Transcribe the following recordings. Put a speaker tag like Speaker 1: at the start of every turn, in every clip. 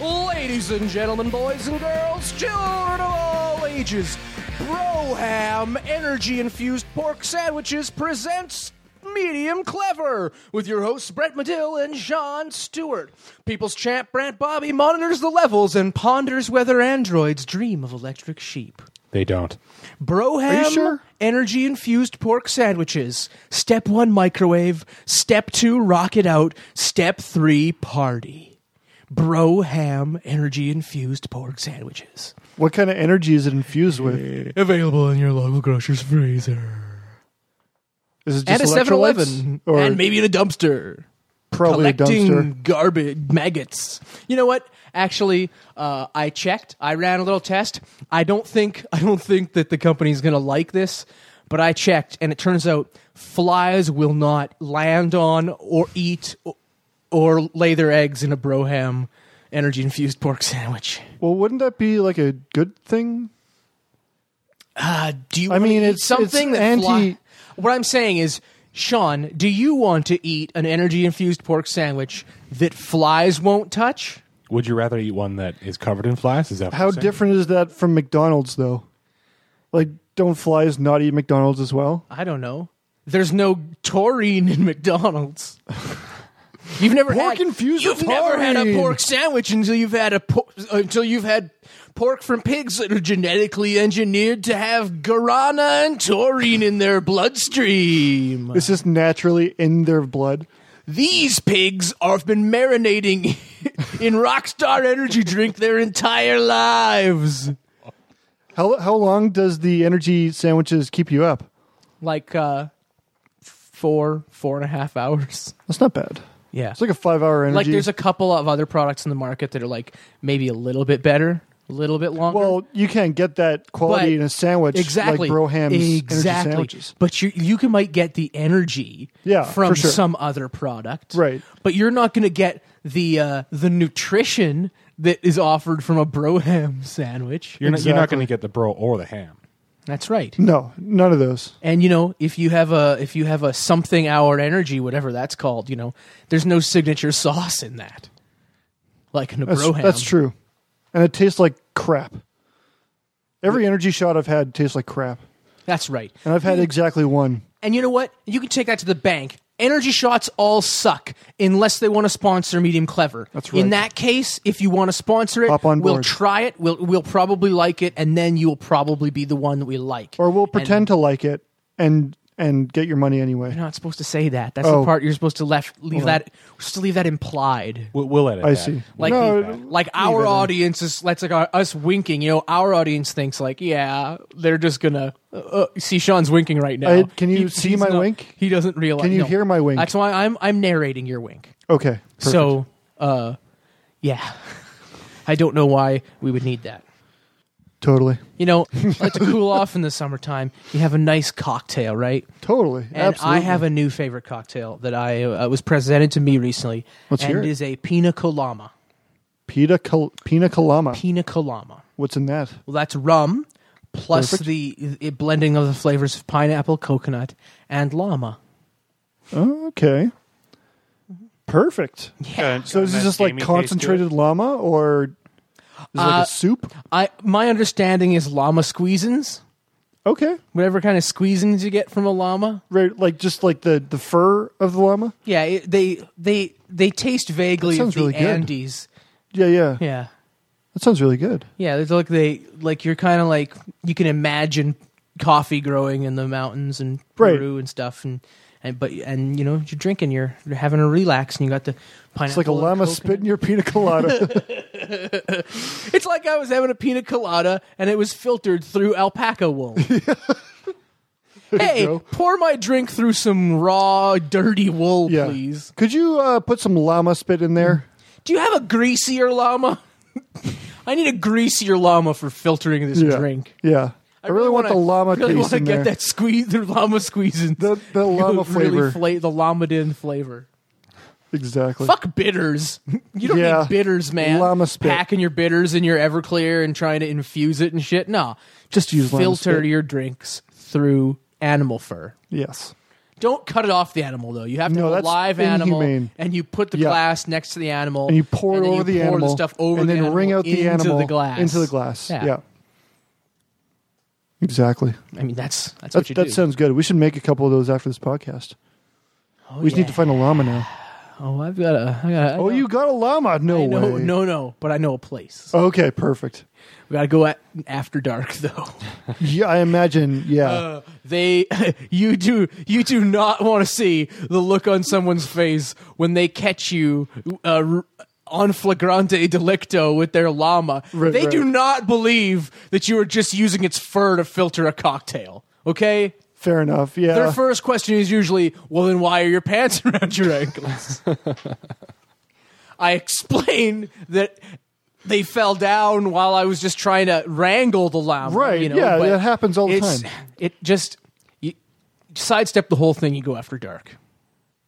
Speaker 1: Ladies and gentlemen, boys and girls, children of all ages, Broham Energy Infused Pork Sandwiches presents Medium Clever with your hosts Brett Medill and John Stewart. People's champ Brant Bobby monitors the levels and ponders whether androids dream of electric sheep.
Speaker 2: They don't.
Speaker 1: Broham
Speaker 2: sure?
Speaker 1: energy infused pork sandwiches. Step one, microwave. Step two, rocket out. Step three, party. Broham energy infused pork sandwiches.
Speaker 3: What kind of energy is it infused with?
Speaker 1: Available in your local grocer's freezer.
Speaker 3: Is it
Speaker 1: At
Speaker 3: just
Speaker 1: a 7 Eleven.
Speaker 3: or
Speaker 1: And maybe in a dumpster.
Speaker 3: probably a
Speaker 1: collecting
Speaker 3: dumpster?
Speaker 1: garbage maggots. You know what? Actually, uh, I checked. I ran a little test. I don't think I don't think that the company's going to like this, but I checked, and it turns out flies will not land on or eat or, or lay their eggs in a Broham energy infused pork sandwich.
Speaker 3: Well, wouldn't that be like a good thing?
Speaker 1: Uh, do you?
Speaker 3: I
Speaker 1: wanna
Speaker 3: mean,
Speaker 1: eat
Speaker 3: it's-
Speaker 1: something
Speaker 3: it's
Speaker 1: that fly-
Speaker 3: anti-
Speaker 1: What I'm saying is, Sean, do you want to eat an energy infused pork sandwich that flies won't touch?
Speaker 2: Would you rather eat one that is covered in flies? Is that what
Speaker 3: How
Speaker 2: you're saying?
Speaker 3: different is that from McDonald's though? Like, don't flies not eat McDonald's as well?
Speaker 1: I don't know. There's no taurine in McDonald's. You've never
Speaker 3: Pork
Speaker 1: had
Speaker 3: infused
Speaker 1: You've
Speaker 3: with
Speaker 1: never had a
Speaker 3: taurine.
Speaker 1: pork sandwich until you've had a por- until you've had pork from pigs that are genetically engineered to have guarana and taurine in their bloodstream.
Speaker 3: It's just naturally in their blood.
Speaker 1: These pigs are, have been marinating in Rockstar Energy drink their entire lives.
Speaker 3: How how long does the energy sandwiches keep you up?
Speaker 1: Like uh, four, four and a half hours.
Speaker 3: That's not bad.
Speaker 1: Yeah.
Speaker 3: It's like a five hour energy.
Speaker 1: like there's a couple of other products in the market that are like maybe a little bit better, a little bit longer.
Speaker 3: well, you can't get that quality
Speaker 1: But-
Speaker 3: in a sandwich
Speaker 1: exactly,
Speaker 3: like Broham's energy
Speaker 1: exactly.
Speaker 3: sandwiches.
Speaker 1: But you you can might get the energy
Speaker 3: Yeah,
Speaker 1: from
Speaker 3: for sure.
Speaker 1: some other product,
Speaker 3: Right.
Speaker 1: But you're not going to get the uh, the nutrition that is offered from a Broham sandwich.
Speaker 2: You're, not, you're not
Speaker 3: Exactly.
Speaker 2: going to get the bro or the ham.
Speaker 1: That's right.
Speaker 3: No, none of those.
Speaker 1: And you know, if you have a if you have a something hour energy, whatever that's called, you know, there's no signature sauce in that. Like in a
Speaker 3: That's,
Speaker 1: Broham.
Speaker 3: that's true. And it tastes like crap. Every energy shot I've had tastes like crap.
Speaker 1: That's right.
Speaker 3: And I've had exactly one.
Speaker 1: And you know what? You can take that to the bank. Energy shots all suck unless they want to sponsor Medium Clever.
Speaker 3: That's
Speaker 1: In
Speaker 3: right.
Speaker 1: that case, if you want to sponsor it,
Speaker 3: Hop on
Speaker 1: we'll
Speaker 3: board.
Speaker 1: try it. We'll we'll probably like it, and then you'll probably be the one that we like.
Speaker 3: Or we'll pretend to like it and and get your money anyway.
Speaker 1: You're not supposed to say that. That's the
Speaker 3: Oh.
Speaker 1: part you're supposed to left leave that we're supposed to leave that implied.
Speaker 2: We'll, we'll edit.
Speaker 3: I
Speaker 2: that.
Speaker 3: see.
Speaker 1: Like
Speaker 3: No,
Speaker 1: the-
Speaker 3: leave
Speaker 1: like our
Speaker 3: it in.
Speaker 1: audience is that's like our, us winking. You know, our audience thinks like, yeah, they're just gonna uh, uh, see Sean's winking right now.
Speaker 3: I- can you see
Speaker 1: he's
Speaker 3: my
Speaker 1: not-
Speaker 3: wink?
Speaker 1: He doesn't realize.
Speaker 3: Can you
Speaker 1: no.
Speaker 3: hear my wink?
Speaker 1: That's why I'm I'm narrating your wink.
Speaker 3: Okay. perfect.
Speaker 1: So, uh, yeah, I don't know why we would need that.
Speaker 3: totally.
Speaker 1: You know, like to cool off in the summertime, you have a nice cocktail, right?
Speaker 3: Totally.
Speaker 1: And
Speaker 3: Absolutely.
Speaker 1: I have a new favorite cocktail that I uh, was presented to me recently,
Speaker 3: Let's
Speaker 1: and
Speaker 3: hear
Speaker 1: it
Speaker 3: it.
Speaker 1: is a pina colama.
Speaker 3: pina col- pina colama.
Speaker 1: Pina colama.
Speaker 3: What's in that?
Speaker 1: Well, that's rum plus
Speaker 3: Perfect.
Speaker 1: the, the blending of the flavors of pineapple, coconut, and llama.
Speaker 3: Okay. Perfect.
Speaker 1: Yeah.
Speaker 3: So is this just like concentrated llama or is it like
Speaker 1: Uh,
Speaker 3: a soup?
Speaker 1: I my understanding is llama squeezins,
Speaker 3: Okay.
Speaker 1: whatever kind of squeezins you get from a llama.
Speaker 3: Right, like just like the the fur of the llama?
Speaker 1: Yeah, it, they they they taste vaguely
Speaker 3: That
Speaker 1: of
Speaker 3: sounds
Speaker 1: the
Speaker 3: really good.
Speaker 1: Andes.
Speaker 3: Yeah, yeah.
Speaker 1: Yeah,
Speaker 3: That sounds really good.
Speaker 1: yeah. It's like they like you're kind of like you can imagine coffee growing in the mountains and
Speaker 3: Right.
Speaker 1: Peru and stuff, and and but and you know you're drinking, you're, you're having a relax, and you got the pineapple.
Speaker 3: It's like a
Speaker 1: and
Speaker 3: llama
Speaker 1: coconut.
Speaker 3: spitting your pina colada.
Speaker 1: It's like I was having a pina colada and it was filtered through alpaca wool. hey,
Speaker 3: go.
Speaker 1: pour my drink through some raw, dirty wool,
Speaker 3: yeah.
Speaker 1: please.
Speaker 3: Could you uh, put some llama spit in there?
Speaker 1: Do you have a greasier llama? I need a greasier llama for filtering this
Speaker 3: Yeah.
Speaker 1: drink.
Speaker 3: Yeah. I, really, want
Speaker 1: wanna-
Speaker 3: the llama
Speaker 1: really
Speaker 3: taste
Speaker 1: wanna
Speaker 3: in
Speaker 1: get
Speaker 3: there.
Speaker 1: that squeeze, the llama squeezing,
Speaker 3: The- the llama flavor.
Speaker 1: fla- the llama din flavor.
Speaker 3: Exactly.
Speaker 1: Fuck bitters. You don't
Speaker 3: Yeah.
Speaker 1: need bitters, man.
Speaker 3: Llama spit.
Speaker 1: Packing your bitters in your Everclear and trying to infuse it and shit. No, just
Speaker 3: use llama
Speaker 1: filter
Speaker 3: spit.
Speaker 1: your drinks through animal fur.
Speaker 3: Yes.
Speaker 1: Don't cut it off the animal though. You have to
Speaker 3: No,
Speaker 1: have a
Speaker 3: that's
Speaker 1: live animal,
Speaker 3: inhumane.
Speaker 1: and you put the
Speaker 3: Yeah.
Speaker 1: glass next to the animal,
Speaker 3: and you pour
Speaker 1: and
Speaker 3: it
Speaker 1: then
Speaker 3: over
Speaker 1: you
Speaker 3: the
Speaker 1: pour
Speaker 3: animal,
Speaker 1: the stuff over,
Speaker 3: and
Speaker 1: the
Speaker 3: then
Speaker 1: animal
Speaker 3: wring out the
Speaker 1: into
Speaker 3: animal
Speaker 1: the glass,
Speaker 3: into the glass. Yeah,
Speaker 1: yeah.
Speaker 3: exactly.
Speaker 1: I mean, that's that's
Speaker 3: That,
Speaker 1: what you
Speaker 3: that
Speaker 1: do.
Speaker 3: sounds good. We should make a couple of those after this podcast.
Speaker 1: oh,
Speaker 3: we just need to
Speaker 1: yeah.
Speaker 3: find a llama now.
Speaker 1: Oh, I've got a. I got a I
Speaker 3: Oh,
Speaker 1: know-
Speaker 3: you got a llama? No
Speaker 1: I know,
Speaker 3: way.
Speaker 1: no, no, but I know a place.
Speaker 3: Okay, perfect.
Speaker 1: We gotta go at after dark though.
Speaker 3: Yeah, I imagine. Yeah,
Speaker 1: Uh, they, you do, you do not want to see the look on someone's face when they catch you uh, r- on flagrante delicto with their llama.
Speaker 3: Right,
Speaker 1: they
Speaker 3: right.
Speaker 1: do not believe that you are just using its fur to filter a cocktail. Okay.
Speaker 3: fair enough. Yeah,
Speaker 1: Their first question is usually, "Well, then why are your pants around your ankles?" I explain that they fell down while I was just trying to wrangle the llama.
Speaker 3: Right,
Speaker 1: You know,
Speaker 3: yeah,
Speaker 1: but
Speaker 3: that happens all the
Speaker 1: it's-
Speaker 3: time.
Speaker 1: It just you sidestep the whole thing. You go after dark.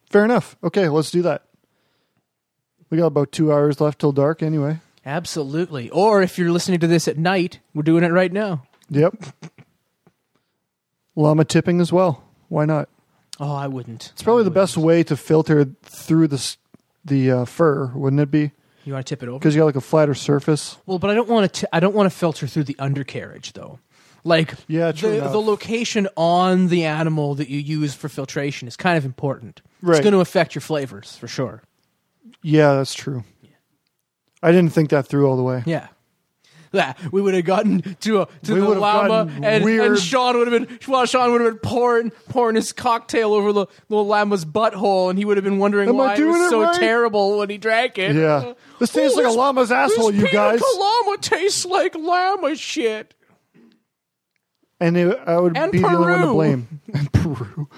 Speaker 3: fair enough. Okay, let's do that. We got about two hours left till dark, anyway.
Speaker 1: Absolutely. Or if you're listening to this at night, we're doing it right now.
Speaker 3: Yep. Llama tipping as well. Why not?
Speaker 1: Oh, I wouldn't.
Speaker 3: It's probably the best way to filter through the s- the uh, fur, wouldn't it be?
Speaker 1: You want to tip it over?
Speaker 3: Because you got like a flatter surface.
Speaker 1: Well, but I don't want to. I don't want to filter through the undercarriage, though. Like,
Speaker 3: Yeah, true
Speaker 1: the,
Speaker 3: enough.
Speaker 1: the location on the animal that you use for filtration is kind of important. It's
Speaker 3: Right.
Speaker 1: going to affect your flavors for sure.
Speaker 3: Yeah, that's true. I didn't think that through all the way.
Speaker 1: Yeah. Yeah, we would have gotten to a, to
Speaker 3: We
Speaker 1: the
Speaker 3: would have
Speaker 1: llama,
Speaker 3: gotten
Speaker 1: and, and
Speaker 3: weird-
Speaker 1: Sean would have been well, Sean would have been pouring pouring his cocktail over the little llama's butthole, and he would have been wondering
Speaker 3: Am I
Speaker 1: why it
Speaker 3: doing
Speaker 1: was
Speaker 3: it
Speaker 1: so
Speaker 3: right?
Speaker 1: terrible when he drank it.
Speaker 3: Yeah. This tastes
Speaker 1: Ooh,
Speaker 3: like a
Speaker 1: this-
Speaker 3: llama's asshole,
Speaker 1: this
Speaker 3: you guys.
Speaker 1: Pina Colada tastes like llama shit.
Speaker 3: And it, I would
Speaker 1: And
Speaker 3: be the only one to
Speaker 1: Peru.
Speaker 3: blame. And Peru.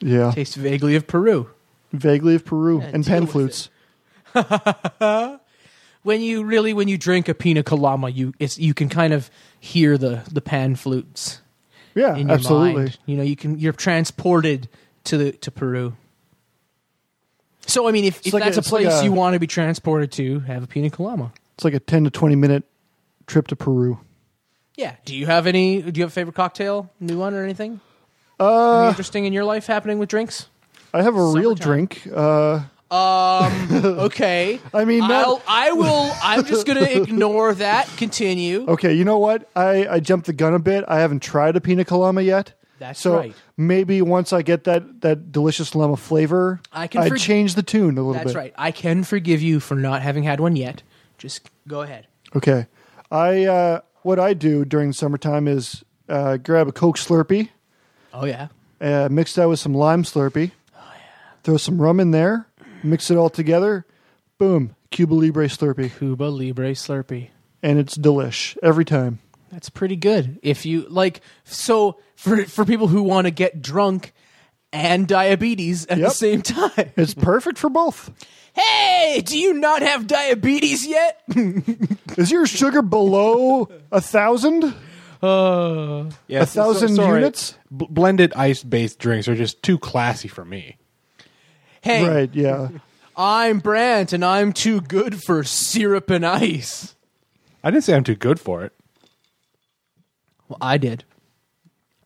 Speaker 3: Yeah.
Speaker 1: Tastes vaguely of Peru.
Speaker 3: Vaguely of Peru and
Speaker 1: deal
Speaker 3: pen
Speaker 1: with
Speaker 3: flutes.
Speaker 1: when you really when you drink a pina colada, you it's you can kind of hear the the pan flutes
Speaker 3: Yeah,
Speaker 1: in your
Speaker 3: absolutely.
Speaker 1: mind. You know, you can you're transported to the to Peru. So I mean, if, if
Speaker 3: like a-
Speaker 1: that's a,
Speaker 3: it's like
Speaker 1: place
Speaker 3: a-
Speaker 1: you want to be transported to, have a pina colada.
Speaker 3: It's like a 10 to 20 minute trip to Peru.
Speaker 1: Yeah. Do you have any? Do you have a favorite cocktail, new one or anything?
Speaker 3: Uh,
Speaker 1: Anything interesting in your life happening with drinks?
Speaker 3: I have a real
Speaker 1: Summertime.
Speaker 3: drink. Uh,
Speaker 1: Um. Okay.
Speaker 3: I mean, not-
Speaker 1: I'll, I will. I'm just gonna ignore that. Continue.
Speaker 3: okay, you know what? I, I jumped the gun a bit. I haven't tried a pina colada yet.
Speaker 1: That's
Speaker 3: so
Speaker 1: right.
Speaker 3: maybe once I get that, that delicious llama flavor,
Speaker 1: I can forg-
Speaker 3: change the tune a little
Speaker 1: That's
Speaker 3: bit.
Speaker 1: right. I can forgive you for not having had one yet. Just go ahead.
Speaker 3: Okay. I uh, what I do during summertime is uh, grab a Coke Slurpee,
Speaker 1: Oh yeah.
Speaker 3: uh, mix that with some lime Slurpee,
Speaker 1: Oh,
Speaker 3: throw some rum in there, mix it all together, boom, Cuba Libre Slurpee,
Speaker 1: Cuba Libre Slurpee.
Speaker 3: and it's delish every time.
Speaker 1: That's pretty good. If you like so for for people who want to get drunk and diabetes at
Speaker 3: Yep.
Speaker 1: the same time.
Speaker 3: It's perfect for both.
Speaker 1: Hey, do you not have diabetes yet?
Speaker 3: Is your sugar below a thousand?
Speaker 1: Uh,
Speaker 2: Yeah,
Speaker 3: A thousand units?
Speaker 2: B- blended ice-based drinks are just too classy for me.
Speaker 1: hey,
Speaker 3: Right? Yeah.
Speaker 1: I'm Brant and I'm too good for syrup and ice.
Speaker 2: I didn't say I'm too good for it.
Speaker 1: Well, I did.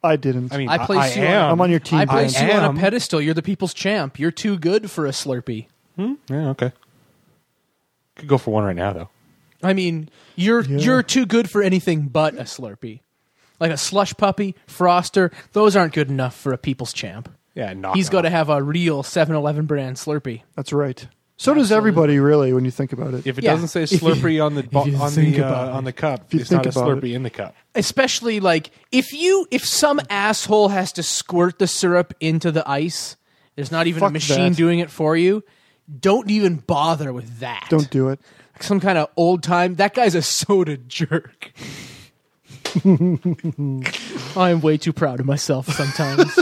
Speaker 3: I didn't.
Speaker 2: I mean,
Speaker 1: I
Speaker 2: I,
Speaker 1: placed
Speaker 2: I
Speaker 1: you on-
Speaker 2: am.
Speaker 3: I'm on your team.
Speaker 1: I placed
Speaker 2: I
Speaker 1: you on
Speaker 2: am.
Speaker 1: a pedestal. You're the people's champ. You're too good for a Slurpee.
Speaker 2: Yeah, okay. Could go for one right now, though.
Speaker 1: I mean, you're you're too good for anything but a Slurpee. Like a slush puppy, Froster, those aren't good enough for a people's champ.
Speaker 2: Yeah, knock
Speaker 1: He's
Speaker 2: it
Speaker 1: got
Speaker 2: off.
Speaker 1: to have a real 7-Eleven brand Slurpee.
Speaker 3: That's right. So does everybody, really, when you think about it.
Speaker 2: If it
Speaker 1: Yeah.
Speaker 2: doesn't say
Speaker 1: If you-
Speaker 2: Slurpee on the bo-
Speaker 1: you
Speaker 2: on
Speaker 1: think
Speaker 2: the
Speaker 1: about
Speaker 2: uh, on the cup,
Speaker 3: you
Speaker 2: it's not a
Speaker 3: think about
Speaker 2: Slurpee in the cup.
Speaker 1: Especially like if you if some asshole has to squirt the syrup into the ice, there's not even a
Speaker 3: Fuck
Speaker 1: machine
Speaker 3: that.
Speaker 1: doing it for you. Don't even bother with that.
Speaker 3: Don't do it.
Speaker 1: some kind of old time. That guy's a soda jerk. I am way too proud of myself sometimes.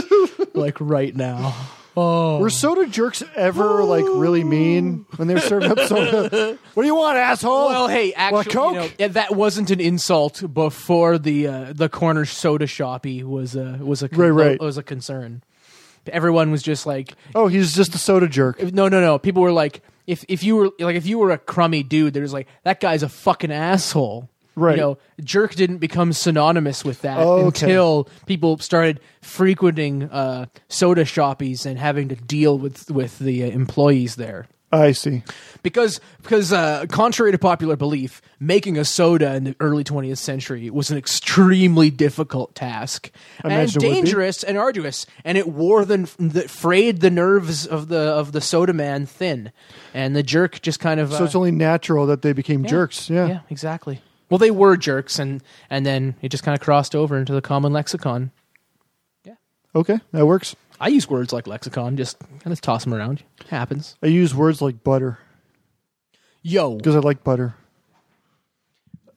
Speaker 1: like right now. Oh.
Speaker 3: Were soda jerks ever like really mean when they were serving up soda? What do you want, asshole?
Speaker 1: Well, hey,
Speaker 3: Want
Speaker 1: actually,
Speaker 3: Coke?
Speaker 1: you know, yeah, that wasn't an insult before the uh, the corner soda shoppy was a was a con-
Speaker 3: Right, right.
Speaker 1: was a concern. Everyone was just like,
Speaker 3: Oh, he's just a soda jerk.
Speaker 1: no, no, no. People were like, if if you were like if you were a crummy dude, there's like that guy's a fucking asshole.
Speaker 3: Right. Oh,
Speaker 1: You know, jerk didn't become synonymous with that
Speaker 3: Okay.
Speaker 1: until people started frequenting uh, soda shoppies and having to deal with with the uh, employees there
Speaker 3: I see.
Speaker 1: because because uh, contrary to popular belief, making a soda in the early 20th century was an extremely difficult task and
Speaker 3: imagine it would be.
Speaker 1: dangerous and arduous, and it wore the, the frayed the nerves of the of the soda man thin, and the jerk just kind of uh,
Speaker 3: So it's only natural that they became jerks. Yeah.
Speaker 1: yeah exactly. Well, they were jerks, and and then it just kind of crossed over into the common lexicon.
Speaker 3: Okay, that works.
Speaker 1: I use words like lexicon, just kind of toss them around. happens.
Speaker 3: I use words like butter
Speaker 1: Yo,
Speaker 3: because I like butter.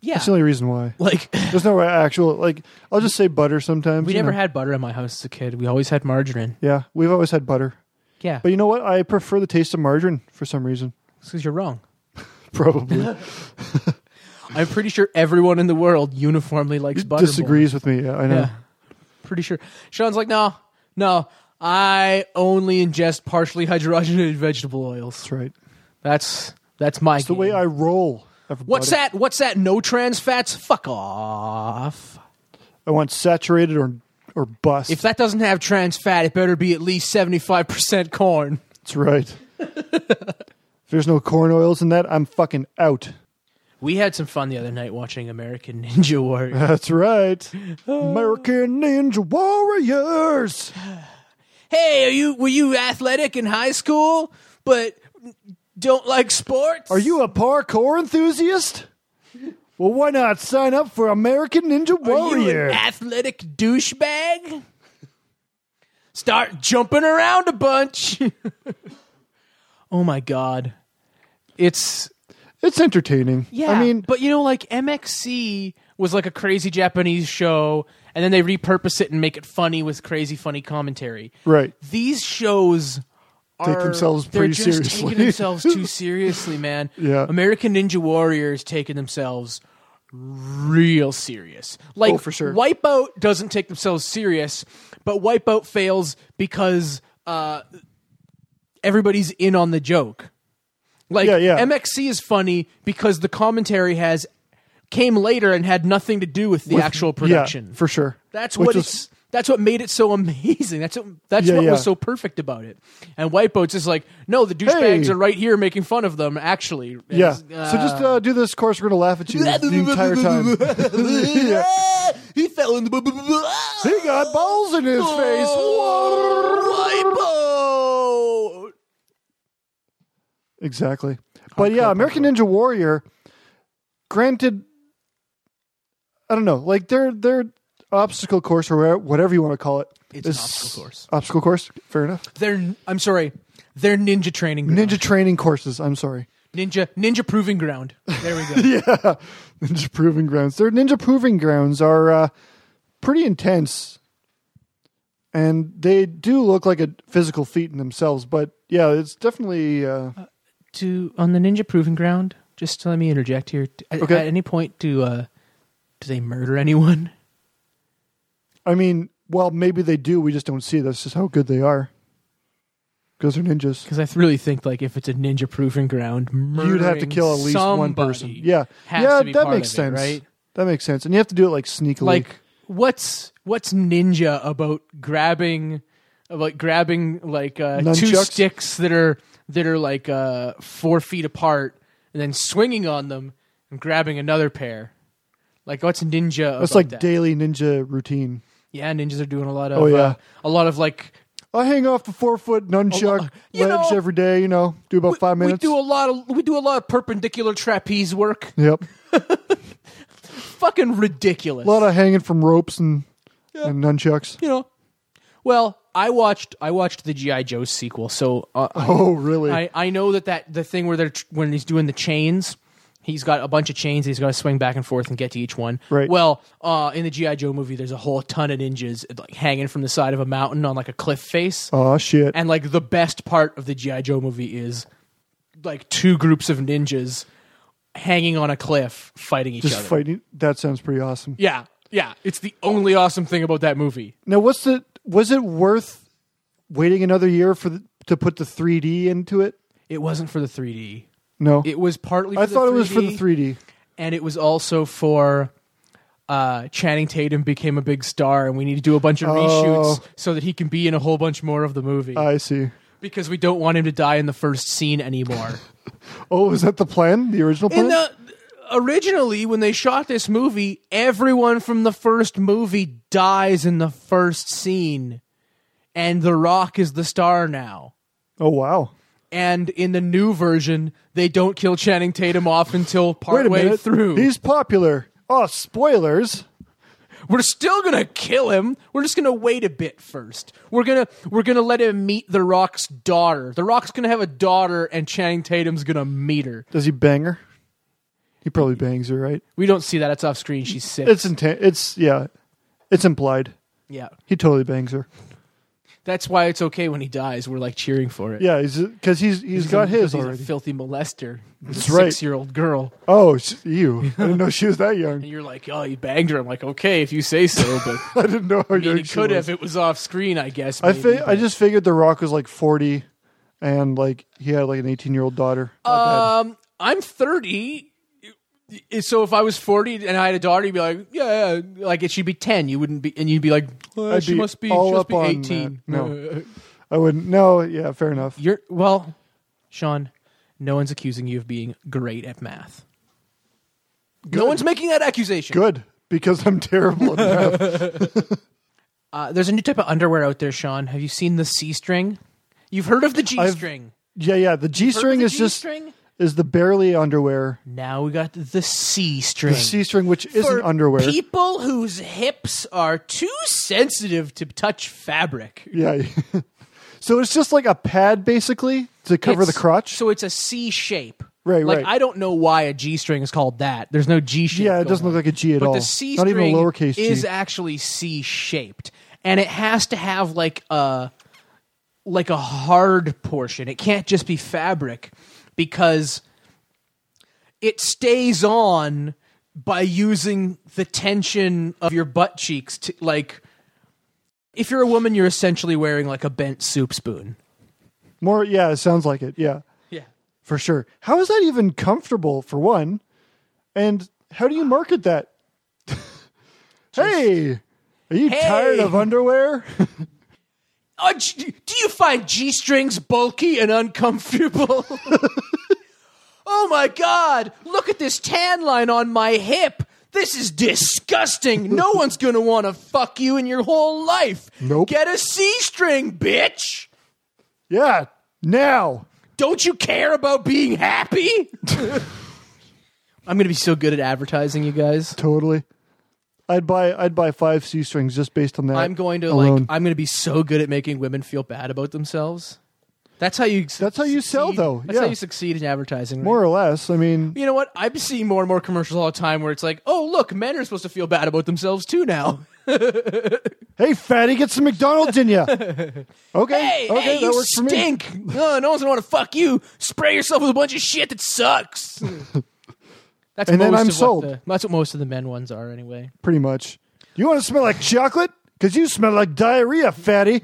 Speaker 1: yeah,
Speaker 3: That's the only reason why.
Speaker 1: like.
Speaker 3: There's no actual like. I'll just say butter sometimes.
Speaker 1: We
Speaker 3: you
Speaker 1: never
Speaker 3: know.
Speaker 1: had butter in my house as a kid. We always had margarine.
Speaker 3: Yeah, we've always had butter.
Speaker 1: Yeah.
Speaker 3: But you know what? I prefer the taste of margarine for some reason.
Speaker 1: Because you're wrong.
Speaker 3: Probably
Speaker 1: I'm pretty sure everyone in the world uniformly likes Butterball.
Speaker 3: disagrees with me. Yeah, I know.
Speaker 1: Yeah. Pretty sure. Sean's like, no, no. I only ingest partially hydrogenated vegetable oils.
Speaker 3: That's right.
Speaker 1: That's that's my.
Speaker 3: It's the way I roll. everybody.
Speaker 1: What's that? What's that? No trans fats. Fuck off.
Speaker 3: I want saturated or or bust.
Speaker 1: If that doesn't have trans fat, it better be at least seventy five percent corn.
Speaker 3: That's right. if there's no corn oils in that, I'm fucking out.
Speaker 1: We had some fun the other night watching American Ninja Warrior.
Speaker 3: That's right. American Ninja Warriors.
Speaker 1: hey, are you were you athletic in high school, but don't like sports?
Speaker 3: Are you a parkour enthusiast? Well, why not sign up for American Ninja
Speaker 1: Are you
Speaker 3: Warrior?
Speaker 1: an athletic douchebag? Start jumping around a bunch. oh my god. It's
Speaker 3: It's entertaining.
Speaker 1: yeah,
Speaker 3: I mean,
Speaker 1: but you know like MXC was like a crazy Japanese show and then they repurpose it and make it funny with crazy funny commentary.
Speaker 3: right.
Speaker 1: These shows are
Speaker 3: themselves
Speaker 1: they're
Speaker 3: pretty
Speaker 1: just
Speaker 3: seriously.
Speaker 1: Taking themselves too seriously, man.
Speaker 3: Yeah.
Speaker 1: American Ninja Warrior is taking themselves real serious. Like
Speaker 3: Oh, for sure.
Speaker 1: Wipeout doesn't take themselves serious, but Wipeout fails because uh, everybody's in on the joke. Like
Speaker 3: Yeah, yeah.
Speaker 1: MXC is funny because the commentary has came later and had nothing to do with the actual production.
Speaker 3: Yeah, for sure.
Speaker 1: That's
Speaker 3: Which
Speaker 1: what
Speaker 3: is-
Speaker 1: it's. That's what made it so amazing. That's what, that's
Speaker 3: Yeah,
Speaker 1: what
Speaker 3: yeah.
Speaker 1: was so perfect about it. And Whiteboat's is like, no, the douchebags
Speaker 3: Hey.
Speaker 1: are right here making fun of them. Actually,
Speaker 3: Yeah. so just uh, do this course. We're going to laugh at you the entire time.
Speaker 1: he fell in the
Speaker 3: He got balls in his face.
Speaker 1: Oh, Wipeout.
Speaker 3: Exactly. But yeah, American Ninja Warrior. Granted, I don't know. Like their their obstacle course or where- whatever you want to call it.
Speaker 1: It's an
Speaker 3: is-
Speaker 1: obstacle course.
Speaker 3: Obstacle course. Fair enough.
Speaker 1: They're I'm sorry, they're ninja training ground.
Speaker 3: Ninja training courses. I'm sorry.
Speaker 1: ninja ninja proving ground. There we go.
Speaker 3: Yeah, ninja proving grounds. Their ninja proving grounds are uh, pretty intense, and they do look like a physical feat in themselves. But yeah, it's definitely uh,
Speaker 1: to on the ninja proving ground. Just to let me interject here. t- At,
Speaker 3: Okay.
Speaker 1: at any point, do uh, do they murder anyone?
Speaker 3: I mean, well, maybe they do. We just don't see. it. That's just how good they are. Because they're ninjas.
Speaker 1: Because I th- really think like if it's a ninja proving ground,
Speaker 3: You'd have to kill at least one
Speaker 1: murdering
Speaker 3: person.
Speaker 1: somebody
Speaker 3: Yeah,
Speaker 1: has
Speaker 3: yeah,
Speaker 1: to be
Speaker 3: that
Speaker 1: part
Speaker 3: makes
Speaker 1: of it,
Speaker 3: sense.
Speaker 1: right?
Speaker 3: That makes sense, and you have to do it like sneakily.
Speaker 1: Like what's what's ninja about grabbing, like grabbing like uh, two
Speaker 3: Nunchucks?
Speaker 1: sticks that are that are like uh, four feet apart and then swinging on them and grabbing another pair. Like what's ninja?
Speaker 3: that's
Speaker 1: about
Speaker 3: like
Speaker 1: that?
Speaker 3: daily ninja routine.
Speaker 1: yeah, ninjas are doing a lot of
Speaker 3: Oh, yeah.
Speaker 1: uh, a lot of like
Speaker 3: I hang off a four foot nunchuck
Speaker 1: Oh, uh, you
Speaker 3: ledge
Speaker 1: know,
Speaker 3: every day. You know, do about Oh, five minutes.
Speaker 1: We do a lot of we do a lot of perpendicular trapeze work.
Speaker 3: yep.
Speaker 1: Fucking ridiculous.
Speaker 3: A lot of hanging from ropes and and nunchucks.
Speaker 1: you know. Well, I watched I watched the GI Joe sequel, so uh,
Speaker 3: Oh, really?
Speaker 1: I I know that that the thing where they're tr- when he's doing the chains. He's got a bunch of chains. He's got to swing back and forth and get to each one.
Speaker 3: Right.
Speaker 1: Well, uh, in the GI Joe movie, there's a whole ton of ninjas like hanging from the side of a mountain on like a cliff face.
Speaker 3: oh shit!
Speaker 1: And like the best part of the GI Joe movie is like two groups of ninjas hanging on a cliff fighting each
Speaker 3: Just
Speaker 1: other.
Speaker 3: fighting. That sounds pretty awesome.
Speaker 1: Yeah, yeah. It's the only awesome thing about that movie.
Speaker 3: Now, what's the? Was it worth waiting another year for the, to put the 3D into it?
Speaker 1: It wasn't for the 3D.
Speaker 3: No,
Speaker 1: It was partly. For
Speaker 3: I
Speaker 1: the
Speaker 3: thought it was for
Speaker 1: 3D,
Speaker 3: the 3D.
Speaker 1: and it was also for uh, Channing Tatum became a big star, and we need to do a bunch of reshoots so that he can be in a whole bunch more of the movie
Speaker 3: Ah, I see.
Speaker 1: because we don't want him to die in the first scene anymore.
Speaker 3: Oh, is that the plan? The original plan?
Speaker 1: in the originally when they shot this movie, everyone from the first movie dies in the first scene, and The Rock is the star now.
Speaker 3: oh wow.
Speaker 1: and in the new version, they don't kill Channing Tatum off until
Speaker 3: Wait a
Speaker 1: partway
Speaker 3: minute.
Speaker 1: through.
Speaker 3: He's popular. Oh, spoilers.
Speaker 1: we're still gonna kill him. We're just gonna wait a bit first. We're gonna we're gonna let him meet The Rock's daughter. The Rock's gonna have a daughter, and Channing Tatum's gonna meet her.
Speaker 3: Does he bang her? He probably bangs her, right?
Speaker 1: We don't see that. It's off screen. She's sick.
Speaker 3: It's inten- It's yeah. It's implied.
Speaker 1: yeah,
Speaker 3: He totally bangs her.
Speaker 1: that's why it's okay when he dies. We're like cheering for it.
Speaker 3: Yeah, he's because he's he's got
Speaker 1: Because
Speaker 3: his
Speaker 1: he's
Speaker 3: already.
Speaker 1: A filthy molester.
Speaker 3: That's right.
Speaker 1: Six-year-old girl,
Speaker 3: Oh, sh- ew! I didn't know she was that young.
Speaker 1: and you're like, oh, you banged her. I'm like, okay, if you say so, but
Speaker 3: I didn't know
Speaker 1: I
Speaker 3: how
Speaker 1: mean,
Speaker 3: young
Speaker 1: it
Speaker 3: she
Speaker 1: could
Speaker 3: was.
Speaker 1: have. It was off screen, I guess.
Speaker 3: I
Speaker 1: maybe,
Speaker 3: fi- I
Speaker 1: but-
Speaker 3: just figured The Rock was like forty, and like he had like an eighteen year old daughter. Not
Speaker 1: Um, I'm 30. So if I was 40 and I had a daughter, you'd be like, yeah, yeah. like it should be 10. You wouldn't be, and you'd be like, uh,
Speaker 3: I'd
Speaker 1: she
Speaker 3: be
Speaker 1: must be,
Speaker 3: all
Speaker 1: she must
Speaker 3: up
Speaker 1: be
Speaker 3: on
Speaker 1: 18.
Speaker 3: that. No. bad. I wouldn't. No, yeah, fair enough.
Speaker 1: you're well, Sean. No one's accusing you of being great at math. No one's making that accusation.
Speaker 3: Good because I'm terrible at math.
Speaker 1: Uh, there's a new type of underwear out there, Sean. Have you seen the C string? You've heard of the G string.
Speaker 3: Yeah, yeah. The G string is just is the barely underwear.
Speaker 1: Now we got the C string.
Speaker 3: The C string, which isn't
Speaker 1: for
Speaker 3: underwear.
Speaker 1: People whose hips are too sensitive to touch fabric.
Speaker 3: yeah. so it's just like a pad basically to cover
Speaker 1: It's-
Speaker 3: the crotch.
Speaker 1: So it's a C shape.
Speaker 3: Right,
Speaker 1: Like
Speaker 3: right.
Speaker 1: I don't know why a G string is called that. There's no G shape.
Speaker 3: yeah, it
Speaker 1: going
Speaker 3: doesn't look
Speaker 1: on.
Speaker 3: like a G at
Speaker 1: But
Speaker 3: all.
Speaker 1: the C
Speaker 3: Not
Speaker 1: string
Speaker 3: even a lowercase G.
Speaker 1: is actually C shaped, and it has to have like a like a hard portion. It can't just be fabric because it stays on by using the tension of your butt cheeks to like. If you're a woman, you're essentially wearing like a bent soup spoon.
Speaker 3: More. Yeah, it sounds like it. Yeah.
Speaker 1: Yeah.
Speaker 3: for sure. How is that even comfortable for one? And how do you market that? hey, are you tired of
Speaker 1: Hey.
Speaker 3: underwear?
Speaker 1: Uh, G- do you find G strings bulky and uncomfortable? oh my god, look at this tan line on my hip. This is disgusting. No one's going to want to fuck you in your whole life.
Speaker 3: Nope.
Speaker 1: Get a C string, bitch.
Speaker 3: yeah, now.
Speaker 1: Don't you care about being happy? I'm going to be so good at advertising, you guys.
Speaker 3: Totally. I'd buy I'd buy five C strings just based on that.
Speaker 1: I'm going to
Speaker 3: alone.
Speaker 1: like I'm going to be so good at making women feel bad about themselves. That's how you
Speaker 3: That's how you sell,
Speaker 1: succeed-
Speaker 3: though.
Speaker 1: That's how
Speaker 3: Yeah.
Speaker 1: you succeed in advertising. right?
Speaker 3: more or less. I mean,
Speaker 1: you know what? I'm seeing more and more commercials all the time where it's like, oh, look, men are supposed to feel bad about themselves too now.
Speaker 3: hey, fatty, get some McDonald's in you. Okay,
Speaker 1: Hey,
Speaker 3: okay,
Speaker 1: hey,
Speaker 3: that
Speaker 1: you
Speaker 3: works for me.
Speaker 1: stink. no, no one's gonna want to fuck you. Spray yourself with a bunch of shit that sucks. That's most
Speaker 3: And then I'm
Speaker 1: of
Speaker 3: sold.
Speaker 1: What the, that's what most of the men ones are anyway.
Speaker 3: Pretty much. You want to smell like chocolate? Cause you smell like diarrhea, fatty.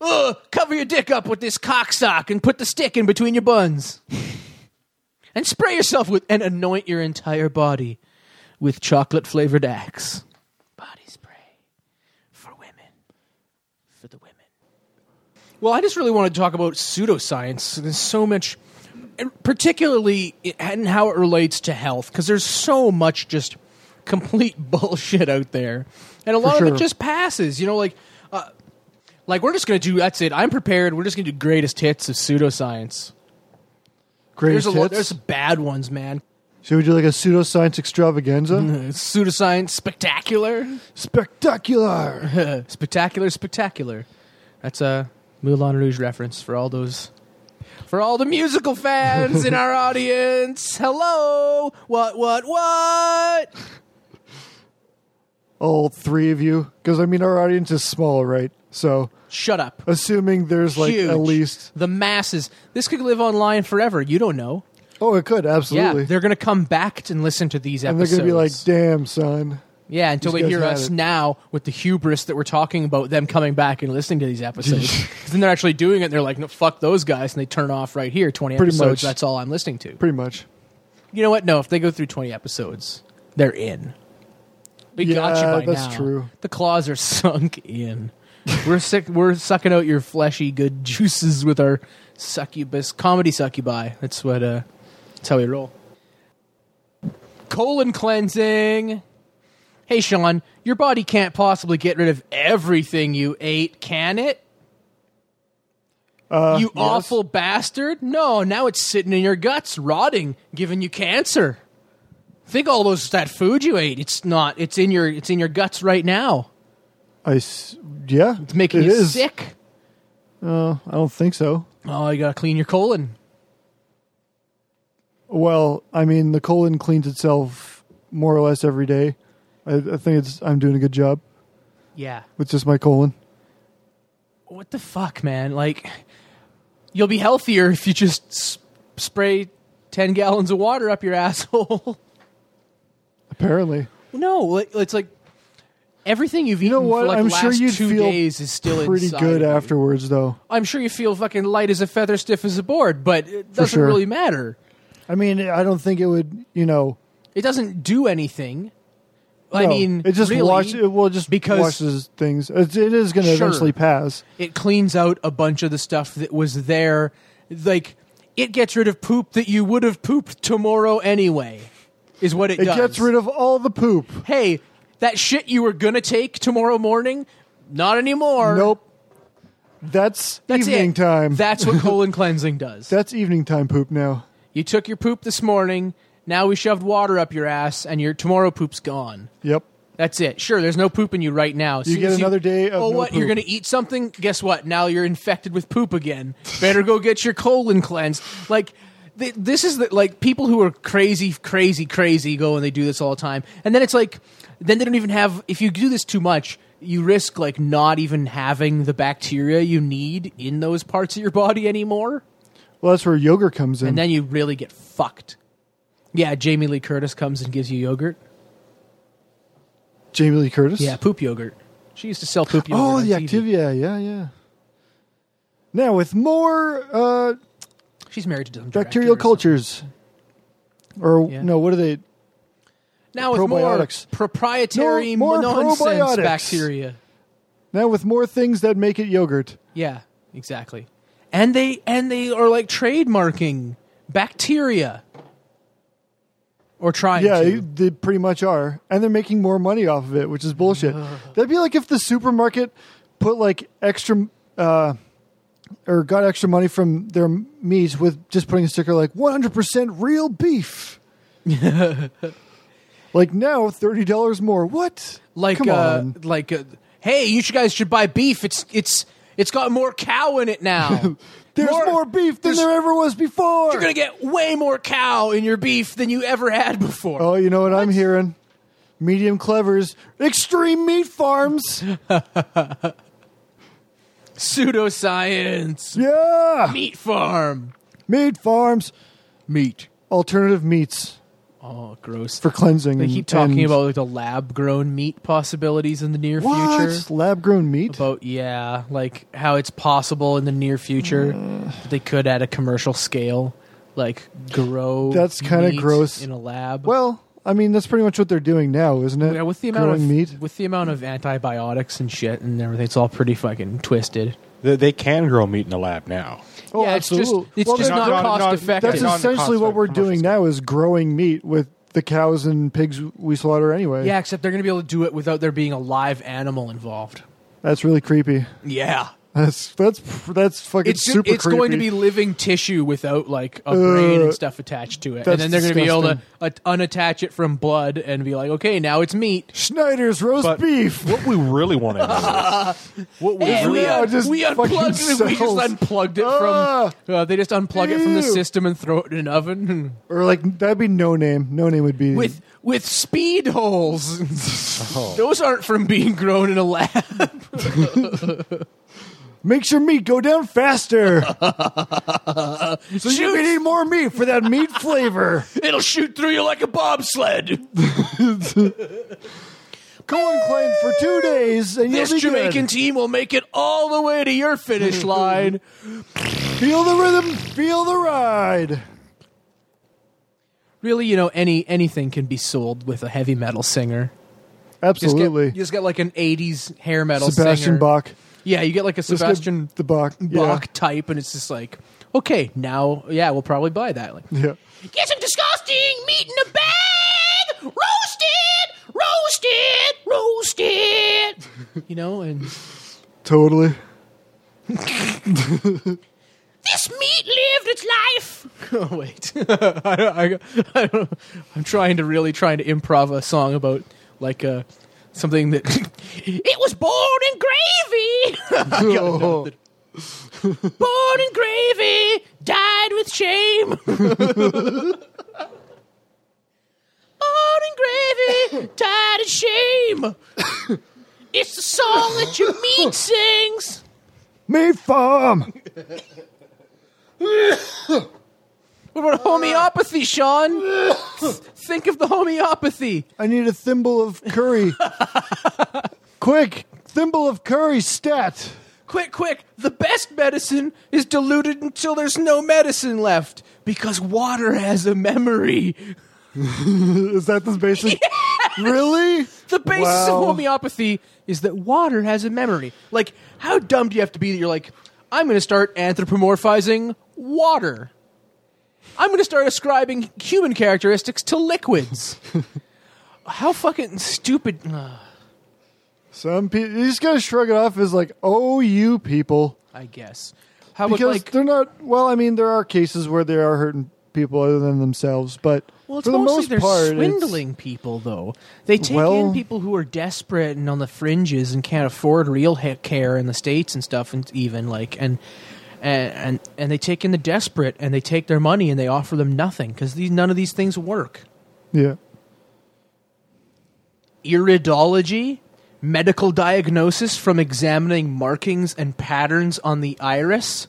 Speaker 1: Ugh, cover your dick up with this cock sock and put the stick in between your buns. and spray yourself with and anoint your entire body with chocolate flavored axe. Body spray for women. For the women. Well, I just really want to talk about pseudoscience. There's so much and particularly i- and how it relates to health because there's so much just complete bullshit out there. And a lot of
Speaker 3: sure.
Speaker 1: it just passes, you know, like uh, like we're just gonna do that's it. I'm prepared. We're just gonna do greatest hits of pseudoscience. There's
Speaker 3: Greatest
Speaker 1: a lot.
Speaker 3: hits.
Speaker 1: There's bad ones, man.
Speaker 3: Should we do like a pseudoscience
Speaker 1: Mm-hmm.
Speaker 3: extravaganza?
Speaker 1: Pseudoscience spectacular,
Speaker 3: Spectacular.
Speaker 1: spectacular, spectacular. That's a Moulin Rouge reference for all those. For all the musical fans in our audience, hello! What, what, what?
Speaker 3: all three of you because i mean our audience is small right so
Speaker 1: Shut up.
Speaker 3: assuming there's like
Speaker 1: Huge.
Speaker 3: at least
Speaker 1: The masses. This could live online forever. You don't know.
Speaker 3: oh it could absolutely
Speaker 1: Yeah, they're going to come back t- and listen to these
Speaker 3: and they're
Speaker 1: episodes.
Speaker 3: gonna be like damn son
Speaker 1: Yeah, until they
Speaker 3: These guys
Speaker 1: hear
Speaker 3: had
Speaker 1: us
Speaker 3: it.
Speaker 1: now with the hubris that we're talking about them coming back and listening to these episodes. 'Cause then they're actually doing it and they're like, no, fuck those guys. And they turn off right here 20
Speaker 3: Pretty
Speaker 1: episodes.
Speaker 3: much.
Speaker 1: That's all I'm listening to.
Speaker 3: pretty much
Speaker 1: You know what? No, if they go through 20 episodes, they're in. We got you
Speaker 3: Yeah,
Speaker 1: by
Speaker 3: that's
Speaker 1: now.
Speaker 3: true.
Speaker 1: The claws are sunk in. we're sick. We're sucking out your fleshy good juices with our succubus comedy succubi. That's what. Uh, that's how we roll. Colon cleansing. Hey, Sean, your body can't possibly get rid of everything you ate, can it?
Speaker 3: Uh,
Speaker 1: you
Speaker 3: yes.
Speaker 1: awful bastard. No, now it's sitting in your guts, rotting, giving you cancer. Think all those that food you ate. It's not. It's in your. It's in your guts right now.
Speaker 3: I s- yeah,
Speaker 1: It's making
Speaker 3: it
Speaker 1: you
Speaker 3: is.
Speaker 1: sick.
Speaker 3: Uh, I don't think so.
Speaker 1: Oh, you gotta clean your colon.
Speaker 3: Well, I mean, the colon cleans itself more or less every day. I, I think it's I'm doing a good job
Speaker 1: Yeah.
Speaker 3: with just my colon.
Speaker 1: What the fuck, man? Like, you'll be healthier if you just s- spray ten gallons of water up your asshole.
Speaker 3: Apparently,
Speaker 1: No, like- it's like everything you've eaten
Speaker 3: you know
Speaker 1: for
Speaker 3: what?
Speaker 1: like
Speaker 3: I'm
Speaker 1: the last
Speaker 3: sure you'd
Speaker 1: two
Speaker 3: feel
Speaker 1: days is still
Speaker 3: pretty
Speaker 1: inside
Speaker 3: good
Speaker 1: you.
Speaker 3: afterwards, though.
Speaker 1: I'm sure you feel fucking light as a feather, stiff as a board, but it doesn't
Speaker 3: sure.
Speaker 1: really matter.
Speaker 3: I mean, I don't think it would. You know,
Speaker 1: It doesn't do anything. I
Speaker 3: no.
Speaker 1: mean,
Speaker 3: it just
Speaker 1: really,
Speaker 3: washes. It will just
Speaker 1: because-
Speaker 3: washes things. It, it is going to
Speaker 1: Sure.
Speaker 3: eventually pass.
Speaker 1: it cleans out a bunch of the stuff that was there. Like it gets rid of poop that you would have pooped tomorrow anyway. Is what it,
Speaker 3: It
Speaker 1: does.
Speaker 3: gets rid of all the poop.
Speaker 1: hey, that shit you were gonna take tomorrow morning, not anymore.
Speaker 3: Nope. That's,
Speaker 1: That's
Speaker 3: evening
Speaker 1: it.
Speaker 3: time.
Speaker 1: That's what colon cleansing does.
Speaker 3: That's evening time poop now.
Speaker 1: You took your poop this morning. Now we shoved water up your ass, and your tomorrow poop's gone.
Speaker 3: Yep.
Speaker 1: That's it. Sure, there's no poop in you right now. As
Speaker 3: You
Speaker 1: soon
Speaker 3: get
Speaker 1: as
Speaker 3: another day of
Speaker 1: Oh,
Speaker 3: no
Speaker 1: what? You're
Speaker 3: poop.
Speaker 1: gonna eat something? Guess what? Now you're infected with poop again. Better go get your colon cleansed. Like. th- This is the, like people who are crazy, crazy, crazy go and they do this all the time. And then it's like, then they don't even have, if you do this too much, you risk like not even having the bacteria you need in those parts of your body anymore.
Speaker 3: Well, that's where yogurt comes in.
Speaker 1: And then you really get fucked. Yeah, Jamie Lee Curtis comes and gives you yogurt.
Speaker 3: Jamie Lee Curtis.
Speaker 1: Yeah, poop yogurt. She used to sell poop yogurt.
Speaker 3: Oh,
Speaker 1: on
Speaker 3: the
Speaker 1: TV.
Speaker 3: Activia. Yeah, yeah. Now with more uh,
Speaker 1: She's married to some
Speaker 3: bacterial
Speaker 1: director or something.
Speaker 3: cultures, or
Speaker 1: Yeah.
Speaker 3: no? What are they?
Speaker 1: Now with more
Speaker 3: Probiotics.
Speaker 1: proprietary
Speaker 3: No, more
Speaker 1: nonsense
Speaker 3: probiotics.
Speaker 1: bacteria.
Speaker 3: Now with more things that make it yogurt.
Speaker 1: Yeah, exactly. And they and they are like trademarking bacteria. Or trying
Speaker 3: Yeah,
Speaker 1: to.
Speaker 3: they pretty much are, and they're making more money off of it, which is bullshit. That'd be like if the supermarket put like extra uh, or got extra money from their meat with just putting a sticker like 100% real beef. like now, thirty dollars more. What?
Speaker 1: like
Speaker 3: come
Speaker 1: uh,
Speaker 3: on.
Speaker 1: like uh, hey, you should- guys should buy beef. It's it's it's got more cow in it now.
Speaker 3: There's more, beef than
Speaker 1: there's-
Speaker 3: there ever was before.
Speaker 1: You're gonna get way more cow in your beef than you ever had before.
Speaker 3: oh, you know what, I'm hearing? Medium clevers, extreme meat farms.
Speaker 1: Pseudoscience.
Speaker 3: yeah,
Speaker 1: Meat farm.
Speaker 3: meat farms,
Speaker 1: Meat.
Speaker 3: alternative meats.
Speaker 1: Oh, gross.
Speaker 3: for cleansing.
Speaker 1: they
Speaker 3: and-
Speaker 1: keep talking
Speaker 3: Mm, and-
Speaker 1: about like, the lab grown meat possibilities in the near
Speaker 3: what
Speaker 1: future.
Speaker 3: lab grown meat.
Speaker 1: About yeah, like how it's possible in the near future
Speaker 3: Uh.
Speaker 1: that they could at a commercial scale like grow
Speaker 3: That's kinda
Speaker 1: meat
Speaker 3: gross.
Speaker 1: in a lab.
Speaker 3: well, I mean that's pretty much what they're doing now, isn't it?
Speaker 1: yeah, with the amount
Speaker 3: growing
Speaker 1: of
Speaker 3: meat.
Speaker 1: with the amount of antibiotics and shit and everything, it's all pretty fucking twisted.
Speaker 2: They, they can grow meat in the lab now.
Speaker 3: Oh,
Speaker 1: yeah, it's just
Speaker 3: absolutely.
Speaker 1: it's
Speaker 3: Well,
Speaker 1: just
Speaker 3: they're-
Speaker 1: not,
Speaker 2: not-
Speaker 1: cost
Speaker 2: not-
Speaker 1: effective.
Speaker 3: That's
Speaker 2: not on the
Speaker 3: essentially
Speaker 2: cost
Speaker 3: what
Speaker 2: of
Speaker 3: we're
Speaker 2: commercial
Speaker 3: doing
Speaker 2: scale.
Speaker 3: now is growing meat with the cows and pigs we slaughter anyway.
Speaker 1: Yeah, except they're going to be able to do it without there being a live animal involved.
Speaker 3: that's really creepy.
Speaker 1: Yeah.
Speaker 3: That's that's that's fucking
Speaker 1: It's,
Speaker 3: super.
Speaker 1: it's going to
Speaker 3: creepy. Uh,
Speaker 1: be living tissue without like a brain and stuff attached to it. And
Speaker 3: that's
Speaker 1: then they're going to be able to
Speaker 3: disgusting.
Speaker 1: uh, unattach it from blood and be like, okay, now it's meat.
Speaker 3: Schneider's roast
Speaker 2: But-
Speaker 3: beef.
Speaker 2: What we really want to know is what we
Speaker 1: Hey,
Speaker 2: really
Speaker 1: we,
Speaker 3: now
Speaker 1: un-
Speaker 3: just
Speaker 1: we
Speaker 3: fucking
Speaker 1: unplugged it. We just
Speaker 3: cells.
Speaker 1: unplugged it
Speaker 3: Ah.
Speaker 1: from. Uh, they just unplug it from the
Speaker 3: Ew.
Speaker 1: system and throw it in an oven
Speaker 3: Or like that'd be no name. No name would be
Speaker 1: with with speed holes.
Speaker 3: Oh.
Speaker 1: Those aren't from being grown in a lab.
Speaker 3: makes your meat go down faster. so you
Speaker 1: Shoots.
Speaker 3: can eat more meat for that meat flavor.
Speaker 1: It'll shoot through you like a bobsled.
Speaker 3: Colon cleanse for two days, and
Speaker 1: This
Speaker 3: you'll be
Speaker 1: Jamaican team will make it all the way to your finish line.
Speaker 3: good. Feel the rhythm, feel the ride.
Speaker 1: really, you know, any anything can be sold with a heavy metal singer. You just get-
Speaker 3: Absolutely.
Speaker 1: you just get like an '80s hair metal
Speaker 3: Sebastian
Speaker 1: singer.
Speaker 3: Bach.
Speaker 1: Yeah, you get like a
Speaker 3: Let's get
Speaker 1: Sebastian
Speaker 3: the Bach. Yeah.
Speaker 1: Bach type, and it's just like, okay, now, yeah, we'll probably buy that. Like,
Speaker 3: Yeah.
Speaker 1: get some disgusting meat in a bag, roasted, roasted, roasted. you know, and
Speaker 3: Totally.
Speaker 1: this meat lived its life. Oh wait, I, don't- I, I don't, I'm trying to really trying to improv a song about like uh, something that it was born in gravy. I gotta know that- born in gravy, died with shame. born in gravy, died in shame. it's the song that your meat sings.
Speaker 3: Meat farm.
Speaker 1: What about homeopathy, Sean? Th- Think of the homeopathy.
Speaker 3: I need a thimble of curry. Quick, thimble of curry stat.
Speaker 1: Quick, quick. The best medicine is diluted until there's no medicine left because water has a memory.
Speaker 3: Is that the basis? Really?
Speaker 1: The basis
Speaker 3: Wow.
Speaker 1: of homeopathy is that water has a memory. Like, how dumb do you have to be that you're like, I'm going to start anthropomorphizing water? I'm going to start ascribing human characteristics to liquids. how fucking stupid. uh, Ugh,
Speaker 3: Some people you just gotta shrug it off as like, oh, you people,
Speaker 1: I guess. How about
Speaker 3: because
Speaker 1: like.
Speaker 3: they're not. Well, I mean, there are cases where they are hurting people other than themselves, but
Speaker 1: Well, it's
Speaker 3: for the
Speaker 1: mostly
Speaker 3: most
Speaker 1: they're
Speaker 3: part, it's-
Speaker 1: swindling people, though. They take
Speaker 3: Well-
Speaker 1: in people who are desperate and on the fringes and can't afford real he- care in the states and stuff, and even like and and and, and they take in the desperate and they take their money and they offer them nothing because these none of these things work.
Speaker 3: yeah,
Speaker 1: Iridology, medical diagnosis from examining markings and patterns on the iris,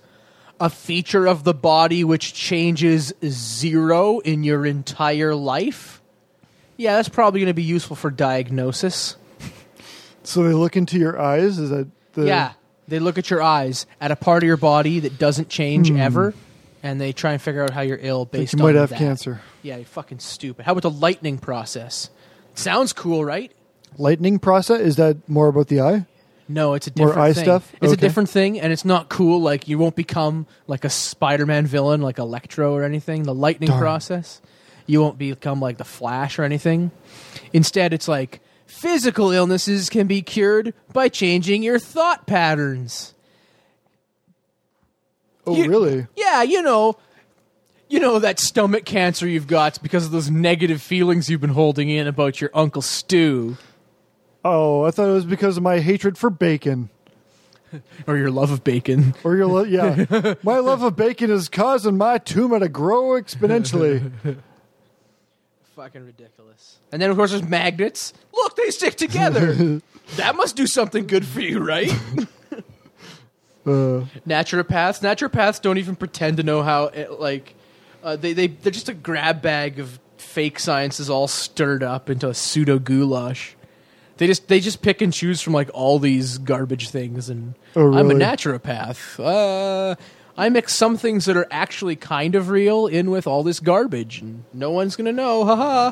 Speaker 1: a feature of the body which changes zero in your entire life. Yeah, that's probably going to be useful for diagnosis.
Speaker 3: So they look into your eyes. Is that the
Speaker 1: yeah, they look at your eyes at a part of your body that doesn't change ever, and they try and figure out how you're ill based
Speaker 3: Hmm. you
Speaker 1: on
Speaker 3: might have
Speaker 1: that.
Speaker 3: cancer.
Speaker 1: Yeah, you're fucking stupid. How about the lightning process? Sounds cool, right?
Speaker 3: lightning process? Is that more about the eye?
Speaker 1: No, it's a
Speaker 3: More
Speaker 1: different
Speaker 3: eye
Speaker 1: thing.
Speaker 3: stuff?
Speaker 1: It's a
Speaker 3: Okay.
Speaker 1: different thing, and it's not cool. Like you won't become like a Spider-Man villain, like Electro or anything. The lightning
Speaker 3: Darn.
Speaker 1: process, you won't become like the Flash or anything. Instead, it's like physical illnesses can be cured by changing your thought patterns.
Speaker 3: Oh,
Speaker 1: You-
Speaker 3: really?
Speaker 1: Yeah, you know, you know that stomach cancer you've got because of those negative feelings you've been holding in about your Uncle Stu
Speaker 3: Oh, I thought it was because of my hatred for bacon.
Speaker 1: or your love of bacon.
Speaker 3: Or your lo- yeah, my love of bacon is causing my tumor to grow exponentially.
Speaker 1: Fucking ridiculous. And then, of course, there's magnets. Look, they stick together. that must do something good for you, right?
Speaker 3: Uh,
Speaker 1: naturopaths. Naturopaths don't even pretend to know how, it, like, uh, they, they, they're just a grab bag of fake sciences all stirred up into a pseudo goulash. They just they just pick and choose from like all these garbage things and
Speaker 3: Oh,
Speaker 1: I'm a
Speaker 3: really?
Speaker 1: naturopath. Uh, I mix some things that are actually kind of real in with all this garbage and no one's gonna know. Haha.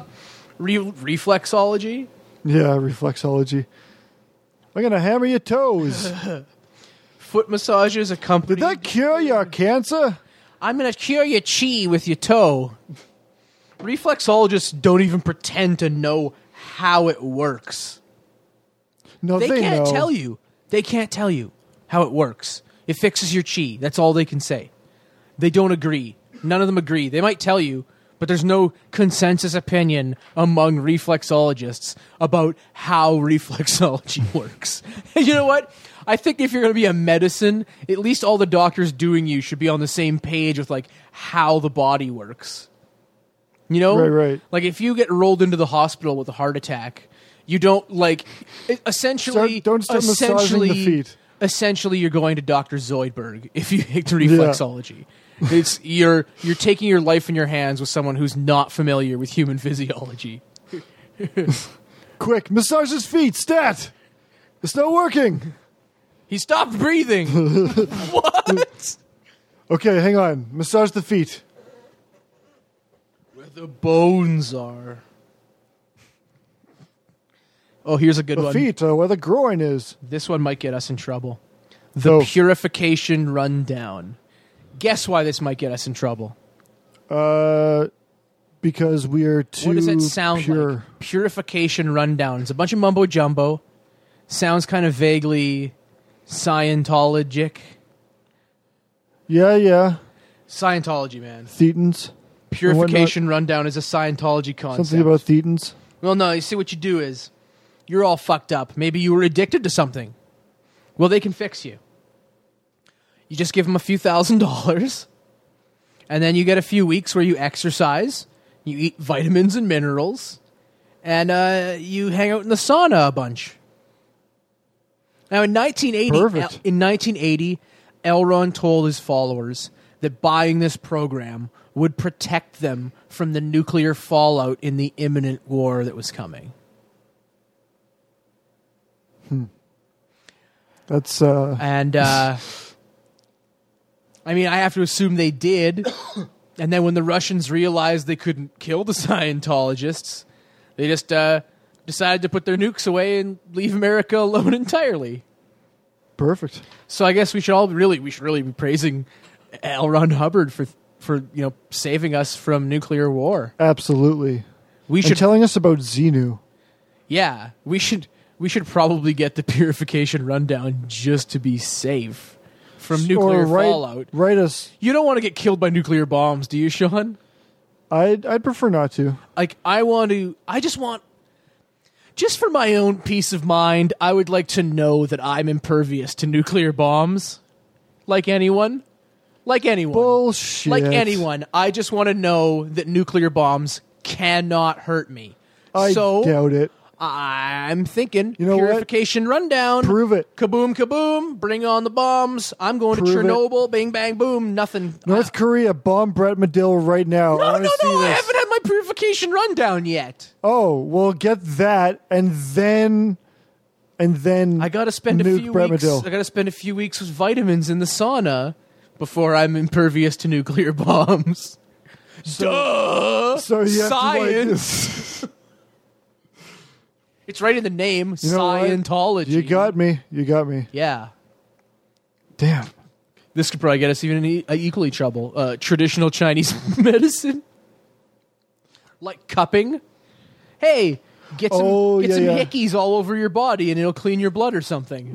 Speaker 1: Re- reflexology.
Speaker 3: yeah, reflexology. I'm gonna hammer your toes.
Speaker 1: Foot massages accompanied.
Speaker 3: Did that cure your cancer?
Speaker 1: I'm gonna cure your chi with your toe. Reflexologists don't even pretend to know how it works.
Speaker 3: No,
Speaker 1: They,
Speaker 3: they,
Speaker 1: can't
Speaker 3: know.
Speaker 1: tell you. They can't tell you how it works. It fixes your chi. That's all they can say. They don't agree. None of them agree. They might tell you, but there's no consensus opinion among reflexologists about how reflexology works. you know what? I think if you're going to be a medicine, at least all the doctors doing you should be on the same page with like how the body works. You know?
Speaker 3: Right, right.
Speaker 1: Like if you get rolled into the hospital with a heart attack, you don't like e- essentially
Speaker 3: Start- don't start massaging the
Speaker 1: essentially
Speaker 3: feet.
Speaker 1: essentially you're going to Dr. Zoidberg if you take to reflexology. it's you're you're taking your life in your hands with someone who's not familiar with human physiology.
Speaker 3: Quick, massage his feet. Stat. It's not working.
Speaker 1: He stopped breathing. what?
Speaker 3: Okay, hang on. Massage the feet.
Speaker 1: With The bones are. Oh, here's a good
Speaker 3: The
Speaker 1: one.
Speaker 3: feet are where the groin is.
Speaker 1: This one might get us in trouble. The
Speaker 3: Oh.
Speaker 1: purification rundown. Guess why this might get us in trouble?
Speaker 3: Uh, because we are too
Speaker 1: What does it sound
Speaker 3: pure.
Speaker 1: like? Purification rundown. It's a bunch of mumbo jumbo. Sounds kind of vaguely Scientologic.
Speaker 3: Yeah, yeah.
Speaker 1: Scientology, man.
Speaker 3: Thetans.
Speaker 1: Purification rundown is a Scientology concept.
Speaker 3: Something about thetans.
Speaker 1: Well, no, you see what you do is you're all fucked up. Maybe you were addicted to something. Well, they can fix you. You just give them a few thousand dollars, and then you get a few weeks where you exercise, you eat vitamins and minerals, and uh, you hang out in the sauna a bunch. Now, in 1980,
Speaker 3: Perfect.
Speaker 1: El- in 1980, Elron told his followers that buying this program would protect them from the nuclear fallout in the imminent war that was coming.
Speaker 3: That's uh,
Speaker 1: And uh, I mean, I have to assume they did. And then when the Russians realized they couldn't kill the Scientologists, they just uh, decided to put their nukes away and leave America alone entirely.
Speaker 3: perfect.
Speaker 1: So I guess we should all really we should really be praising L. Ron Hubbard for for you know saving us from nuclear war.
Speaker 3: Absolutely.
Speaker 1: We
Speaker 3: And
Speaker 1: should
Speaker 3: telling us about Xenu.
Speaker 1: yeah we should we should probably get the purification rundown just to be safe from nuclear
Speaker 3: or write,
Speaker 1: fallout.
Speaker 3: Write us.
Speaker 1: You don't want to get killed by nuclear bombs, do you, Sean?
Speaker 3: I'd, I'd prefer not to.
Speaker 1: Like I want to I just want just for my own peace of mind, I would like to know that I'm impervious to nuclear bombs. Like anyone? Like anyone.
Speaker 3: Bullshit.
Speaker 1: like anyone, I just want to know that nuclear bombs cannot hurt me.
Speaker 3: I
Speaker 1: so
Speaker 3: doubt it.
Speaker 1: I'm thinking
Speaker 3: You know what?
Speaker 1: purification rundown.
Speaker 3: Prove it.
Speaker 1: Kaboom, kaboom! Bring on the bombs! I'm going
Speaker 3: Prove
Speaker 1: to
Speaker 3: it.
Speaker 1: Chernobyl. Bing, bang, boom! Nothing.
Speaker 3: North Korea, bomb Brett Medill right now. I
Speaker 1: Oh, no,
Speaker 3: wanna
Speaker 1: no,
Speaker 3: see
Speaker 1: no! I
Speaker 3: this.
Speaker 1: haven't had my purification rundown yet.
Speaker 3: Oh, well, get that, and then, and then
Speaker 1: I got to spend a
Speaker 3: nuke
Speaker 1: few
Speaker 3: Brett
Speaker 1: weeks.
Speaker 3: Medill.
Speaker 1: I got to spend a few weeks with vitamins in the sauna before I'm impervious to nuclear bombs. Duh!
Speaker 3: So you have to like,
Speaker 1: science.
Speaker 3: this.
Speaker 1: it's right in the name,
Speaker 3: You know what?
Speaker 1: Scientology.
Speaker 3: You got me. You got me.
Speaker 1: yeah.
Speaker 3: Damn.
Speaker 1: This could probably get us even in e- uh, equally trouble. Uh, traditional Chinese medicine, like cupping. Hey, get some
Speaker 3: Oh,
Speaker 1: get
Speaker 3: yeah,
Speaker 1: some
Speaker 3: yeah.
Speaker 1: hickeys all over your body, and it'll clean your blood or something.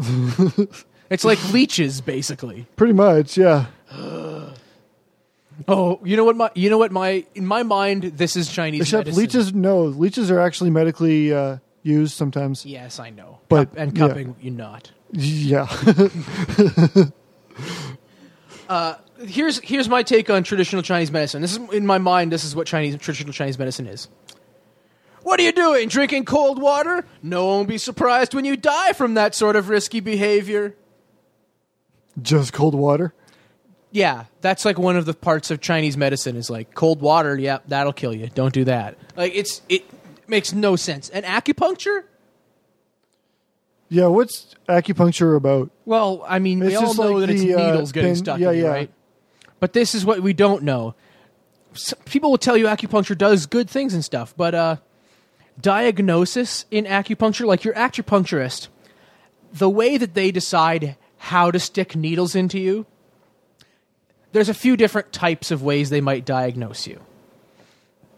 Speaker 1: it's like leeches, basically.
Speaker 3: Pretty much, yeah.
Speaker 1: Oh, you know what my you know what my in my mind this is Chinese
Speaker 3: Except
Speaker 1: medicine.
Speaker 3: leeches. No, leeches are actually medically uh, used sometimes.
Speaker 1: Yes, I know.
Speaker 3: But,
Speaker 1: Cup- and
Speaker 3: yeah.
Speaker 1: cupping, you're not.
Speaker 3: Yeah.
Speaker 1: here's here's my take on traditional Chinese medicine. This is in my mind. This is what Chinese traditional Chinese medicine is. What are you doing? Drinking cold water? No one will be surprised when you die from that sort of risky behavior.
Speaker 3: Just cold water.
Speaker 1: Yeah, that's like one of the parts of Chinese medicine is like cold water. Yeah, that'll kill you. Don't do that. Like it's it makes no sense. And acupuncture?
Speaker 3: Yeah. What's acupuncture about?
Speaker 1: Well, I mean, we
Speaker 3: It's
Speaker 1: all
Speaker 3: just
Speaker 1: know
Speaker 3: like
Speaker 1: that it's
Speaker 3: the, uh,
Speaker 1: needles getting
Speaker 3: pin-
Speaker 1: stuck
Speaker 3: yeah,
Speaker 1: in you,
Speaker 3: yeah.
Speaker 1: right? But this is what we don't know. S people will tell you acupuncture does good things and stuff, but uh, diagnosis in acupuncture, like your acupuncturist, the way that they decide how to stick needles into you, there's a few different types of ways they might diagnose you.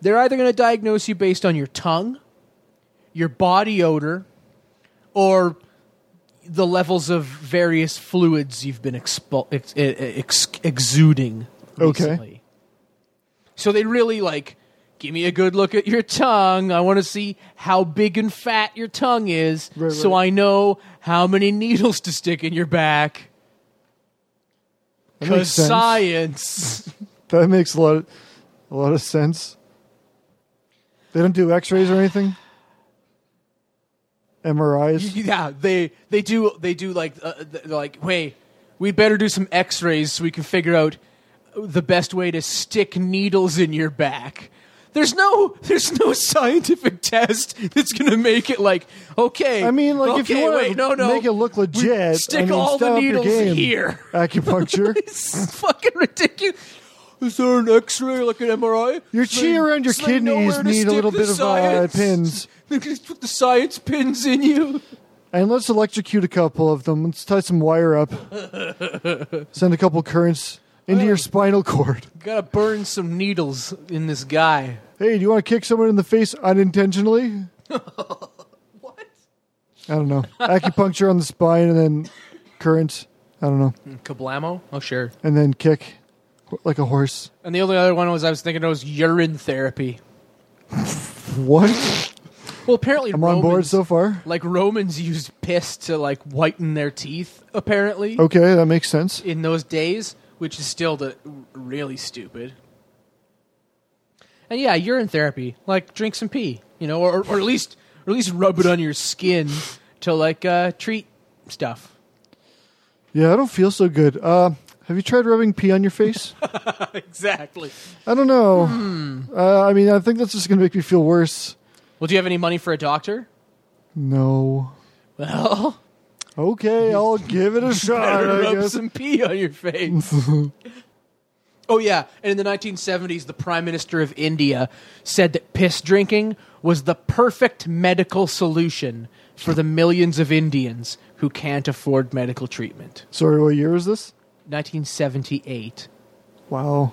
Speaker 1: They're either going to diagnose you based on your tongue, your body odor, or the levels of various fluids you've been expo- ex- e-, ex- exuding
Speaker 3: Okay.
Speaker 1: recently. So they really like give me a good look at your tongue. I want to see how big and fat your tongue is
Speaker 3: Right,
Speaker 1: so
Speaker 3: right.
Speaker 1: I know how many needles to stick in your back.
Speaker 3: That makes
Speaker 1: Cuz
Speaker 3: sense.
Speaker 1: science.
Speaker 3: That makes a lot, of, a lot of sense. They don't do X-rays or anything. MRIs.
Speaker 1: yeah, they they do they do like uh, they're like, "Wait, we better do some x-rays so we can figure out the best way to stick needles in your back." There's no there's no scientific test that's going to make it like, "Okay,
Speaker 3: I mean, like if you
Speaker 1: okay,
Speaker 3: want
Speaker 1: wait,
Speaker 3: to
Speaker 1: no, no,
Speaker 3: make it look
Speaker 1: we
Speaker 3: legit, I
Speaker 1: stick
Speaker 3: mean,
Speaker 1: all
Speaker 3: step
Speaker 1: the
Speaker 3: up your
Speaker 1: needles
Speaker 3: game.
Speaker 1: here.
Speaker 3: Acupuncture.
Speaker 1: It's fucking ridiculous. Is there an X-ray, like an MRI?
Speaker 3: Your
Speaker 1: Is there-
Speaker 3: chi around your
Speaker 1: is there nowhere
Speaker 3: kidneys
Speaker 1: to
Speaker 3: need a
Speaker 1: stick
Speaker 3: little
Speaker 1: the
Speaker 3: bit of uh,
Speaker 1: science?
Speaker 3: pins.
Speaker 1: They just put the science pins in you.
Speaker 3: And let's electrocute a couple of them. Let's tie some wire up. Send a couple currents into your spinal cord.
Speaker 1: Gotta burn some needles in this guy.
Speaker 3: Hey, do you want to kick someone in the face unintentionally?
Speaker 1: What?
Speaker 3: I don't know. Acupuncture on the spine and then current. I don't know.
Speaker 1: Kablamo? Oh, sure.
Speaker 3: And then kick like a horse.
Speaker 1: And the only other one was I was thinking it was urine therapy.
Speaker 3: What?
Speaker 1: Well, apparently
Speaker 3: I'm
Speaker 1: Romans,
Speaker 3: on board so far.
Speaker 1: like Romans used piss to like whiten their teeth. Apparently,
Speaker 3: Okay, that makes sense.
Speaker 1: in those days, which is still the really stupid. And yeah, urine therapy, like drink some pee, you know, or, or at least or at least rub it on your skin to like uh, treat stuff.
Speaker 3: Yeah, I don't feel so good. Uh, have you tried rubbing pee on your face?
Speaker 1: Exactly.
Speaker 3: I don't know.
Speaker 1: Hmm.
Speaker 3: Uh, I mean, I think that's just going to make me feel worse.
Speaker 1: Well, do you have any money for a doctor?
Speaker 3: No.
Speaker 1: Well,
Speaker 3: Okay, I'll give it a shot. I
Speaker 1: rub
Speaker 3: guess.
Speaker 1: some pee on your face. oh yeah, and in the 1970s, the Prime Minister of India said that piss drinking was the perfect medical solution for the millions of Indians who can't afford medical treatment.
Speaker 3: Sorry, what year is this?
Speaker 1: 1978.
Speaker 3: Wow.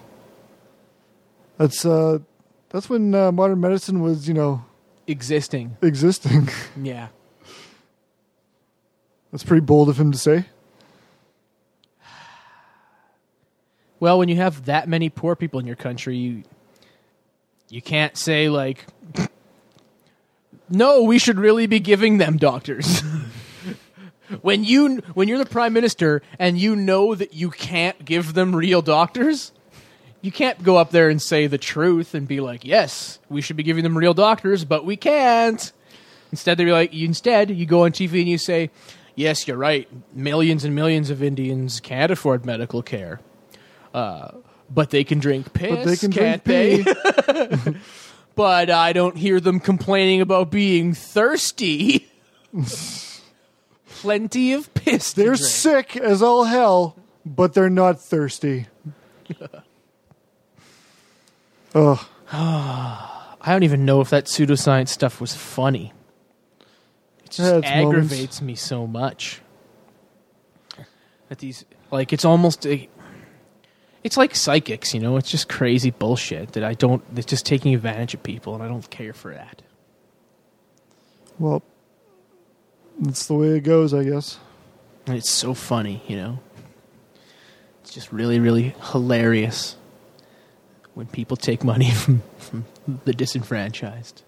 Speaker 3: That's uh, that's when uh, modern medicine was, you know,
Speaker 1: Existing,
Speaker 3: existing.
Speaker 1: yeah.
Speaker 3: that's pretty bold of him to say.
Speaker 1: Well, when you have that many poor people in your country, you you can't say like no, we should really be giving them doctors. when you when you're the prime minister and you know that you can't give them real doctors, you can't go up there and say the truth and be like, "Yes, we should be giving them real doctors, but we can't." Instead, they be like, you, instead, you go on TV and you say, "Yes, you're right. Millions and millions of Indians can't afford medical care, uh, but they can drink piss,
Speaker 3: But they can
Speaker 1: can't
Speaker 3: drink
Speaker 1: they?
Speaker 3: pee.
Speaker 1: but I don't hear them complaining about being thirsty. Plenty of piss. to
Speaker 3: They're
Speaker 1: drink.
Speaker 3: sick as all hell, but they're not thirsty. Ugh.
Speaker 1: I don't even know if that pseudoscience stuff was funny. It just
Speaker 3: Yeah, it's
Speaker 1: aggravates
Speaker 3: moments.
Speaker 1: me so much. That these like it's almost a, it's like psychics, you know, it's just crazy bullshit that I don't it's just taking advantage of people and I don't care for that.
Speaker 3: Well, that's the way it goes, I guess.
Speaker 1: And it's so funny, you know. It's just really, really hilarious when people take money from, from the disenfranchised.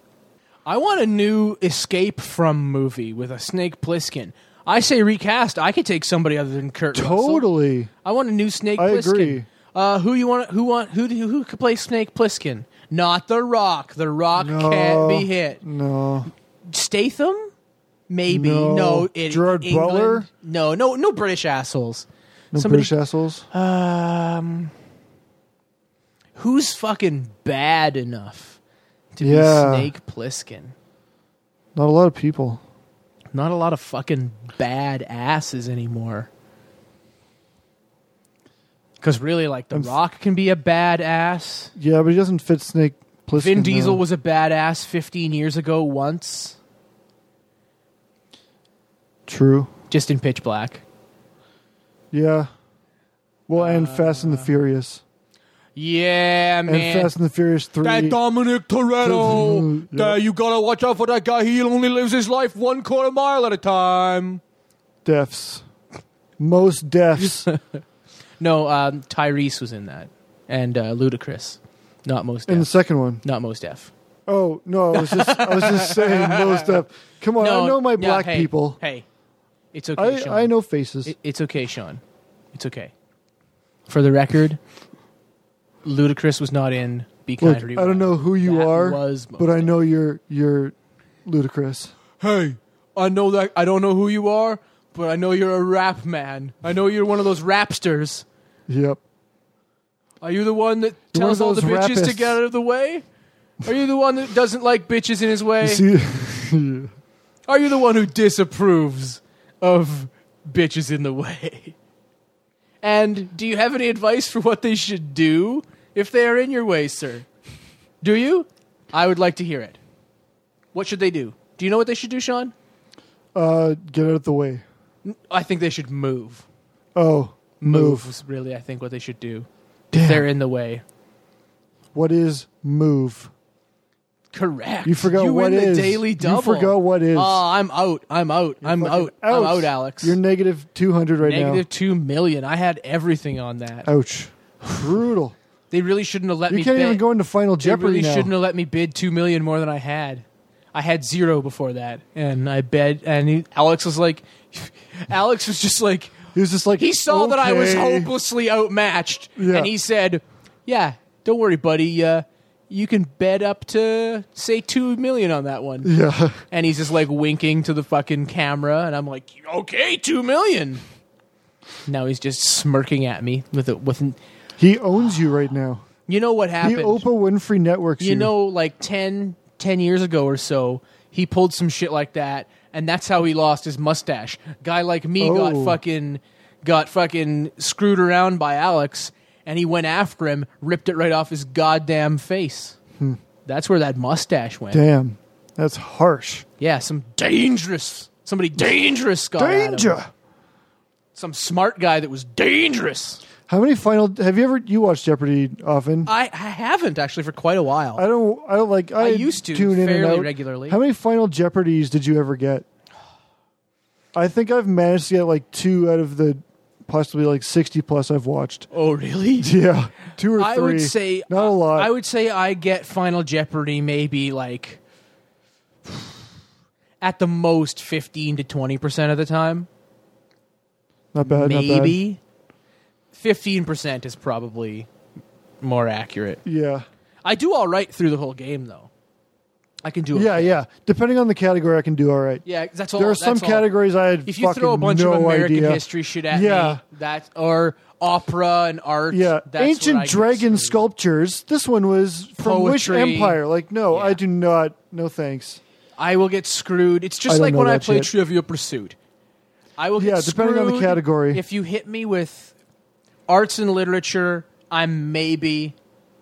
Speaker 1: I want a new Escape from movie with a Snake Plissken. I say recast. I could take somebody other than Kurt. Russell.
Speaker 3: Totally.
Speaker 1: I want a new Snake.
Speaker 3: I
Speaker 1: Plissken.
Speaker 3: agree.
Speaker 1: Uh, who you want? Who want? Who do, who could play Snake Plissken? Not The Rock. The Rock
Speaker 3: No.
Speaker 1: can't be hit.
Speaker 3: No.
Speaker 1: Statham? Maybe. No.
Speaker 3: No.
Speaker 1: it,
Speaker 3: Gerard
Speaker 1: England?
Speaker 3: Butler?
Speaker 1: No, no, no British assholes.
Speaker 3: No
Speaker 1: Somebody-
Speaker 3: British assholes.
Speaker 1: Um, who's fucking bad enough to
Speaker 3: Yeah.
Speaker 1: be Snake Plissken?
Speaker 3: Not a lot of people.
Speaker 1: Not a lot of fucking bad asses anymore. Because really, like The
Speaker 3: I'm f-
Speaker 1: Rock can be a badass.
Speaker 3: Yeah, but he doesn't fit Snake Plissken.
Speaker 1: Vin Diesel
Speaker 3: though.
Speaker 1: was a badass 15 years ago once,
Speaker 3: true.
Speaker 1: just in Pitch Black.
Speaker 3: Yeah. Well, and
Speaker 1: Uh,
Speaker 3: Fast and the Furious,
Speaker 1: Yeah, man.
Speaker 3: and Fast and the Furious Three.
Speaker 1: That Dominic Toretto.
Speaker 3: Yep. that-
Speaker 1: you gotta watch out for that guy. He only lives his life one quarter mile at a time.
Speaker 3: deaths. Most deaths.
Speaker 1: No, um, Tyrese was in that, and uh, Ludacris, not most
Speaker 3: In the
Speaker 1: F,
Speaker 3: second one.
Speaker 1: not most F.
Speaker 3: Oh no, I was just I was just saying most deaths. Come on,
Speaker 1: No,
Speaker 3: I know my
Speaker 1: no,
Speaker 3: black
Speaker 1: hey,
Speaker 3: people.
Speaker 1: Hey, it's okay, Sean.
Speaker 3: I, I know faces.
Speaker 1: It- it's okay, Sean. It's okay. For the record, Ludacris was not in. Be kind.
Speaker 3: Look,
Speaker 1: Rewind.
Speaker 3: I don't know who you
Speaker 1: That
Speaker 3: are,
Speaker 1: was most
Speaker 3: but I know you're you're ludicrous.
Speaker 1: hey, I know that I don't know who you are, but I know you're a rap man. I know you're one of those rapsters.
Speaker 3: Yep.
Speaker 1: Are you the one that
Speaker 3: You're one
Speaker 1: tells
Speaker 3: of
Speaker 1: all the
Speaker 3: those
Speaker 1: bitches to
Speaker 3: rapists.
Speaker 1: get out of the way? Are you the one that doesn't like bitches in his way?
Speaker 3: See,
Speaker 1: Are you the one who disapproves of bitches in the way? And do you have any advice for what they should do if they are in your way, sir. Do you? I would like to hear it. What should they do? Do you know what they should do, Sean?
Speaker 3: Uh, get out of the way.
Speaker 1: I think they should move.
Speaker 3: Oh, move.
Speaker 1: is really, I think, what they should do.
Speaker 3: Damn.
Speaker 1: They're in the way.
Speaker 3: What is move?
Speaker 1: Correct.
Speaker 3: You forgot
Speaker 1: you
Speaker 3: what
Speaker 1: win
Speaker 3: is.
Speaker 1: the daily
Speaker 3: You
Speaker 1: double.
Speaker 3: forgot what is.
Speaker 1: Oh, I'm out. I'm out. I'm
Speaker 3: Fucking
Speaker 1: out. I'm out, Alex.
Speaker 3: You're negative 200 right
Speaker 1: Negative two million. I had everything on that.
Speaker 3: now. Ouch. Brutal.
Speaker 1: They really shouldn't have let
Speaker 3: You
Speaker 1: me.
Speaker 3: can't
Speaker 1: bid.
Speaker 3: even go into Final
Speaker 1: They
Speaker 3: Jeopardy
Speaker 1: really
Speaker 3: now.
Speaker 1: shouldn't have let me bid two million more than I had. I had zero before that, and I bet. And he, Alex was like, Alex was just like,
Speaker 3: He was just like,
Speaker 1: he saw that I was
Speaker 3: okay.
Speaker 1: hopelessly outmatched,
Speaker 3: Yeah.
Speaker 1: and he said, "Yeah, don't worry, buddy. Uh, you can bet up to say two million on that one."
Speaker 3: Yeah.
Speaker 1: And he's just like winking to the fucking camera, and I'm like, "Okay, two million. Now he's just smirking at me with a with. an-
Speaker 3: He owns you right now.
Speaker 1: You know what
Speaker 3: He
Speaker 1: happened?
Speaker 3: Oprah Winfrey networks you.
Speaker 1: you know, like 10, 10 years ago or so, he pulled some shit like that, and that's how he lost his mustache. Guy like me
Speaker 3: Oh.
Speaker 1: got fucking got fucking screwed around by Alex, and he went after him, ripped it right off his goddamn face.
Speaker 3: Hmm.
Speaker 1: That's where that mustache went.
Speaker 3: Damn. That's harsh.
Speaker 1: Yeah, some dangerous, somebody dangerous got at him.
Speaker 3: Danger.
Speaker 1: Some smart guy that was dangerous.
Speaker 3: How many final have you ever you watch Jeopardy often?
Speaker 1: I, I haven't actually for quite a while.
Speaker 3: I don't. I don't like. I,
Speaker 1: used to
Speaker 3: tune in and
Speaker 1: fairly
Speaker 3: out.
Speaker 1: regularly.
Speaker 3: How many Final Jeopardies did you ever get? I think I've managed to get like two out of the possibly like sixty plus I've watched.
Speaker 1: oh, really?
Speaker 3: Yeah, two or three.
Speaker 1: I would say
Speaker 3: not a
Speaker 1: uh,
Speaker 3: lot.
Speaker 1: I would say I get Final Jeopardy maybe like at the most fifteen to twenty percent of the time.
Speaker 3: not bad. Not
Speaker 1: maybe fifteen percent is probably more accurate.
Speaker 3: bad. Yeah,
Speaker 1: I do all right through the whole game though. I can do it.
Speaker 3: yeah, yeah. Depending on the category, I can do all right.
Speaker 1: yeah. That's all.
Speaker 3: there are some
Speaker 1: that's all.
Speaker 3: categories I had
Speaker 1: If you
Speaker 3: fucking
Speaker 1: throw a bunch
Speaker 3: no
Speaker 1: of American
Speaker 3: idea.
Speaker 1: history shit at
Speaker 3: Yeah.
Speaker 1: me, that or opera and art,
Speaker 3: Yeah,
Speaker 1: that's what I
Speaker 3: ancient
Speaker 1: get
Speaker 3: dragon
Speaker 1: screwed.
Speaker 3: sculptures. This one was from which
Speaker 1: Poetry.
Speaker 3: empire? Like, no,
Speaker 1: Yeah.
Speaker 3: I do not. No, thanks.
Speaker 1: I will get screwed. It's
Speaker 3: I
Speaker 1: just
Speaker 3: don't
Speaker 1: like
Speaker 3: know
Speaker 1: when I
Speaker 3: that
Speaker 1: play
Speaker 3: shit.
Speaker 1: Trivia Pursuit. I will
Speaker 3: Yeah,
Speaker 1: get
Speaker 3: depending on the
Speaker 1: screwed
Speaker 3: category.
Speaker 1: If you hit me with arts and literature, I'm maybe.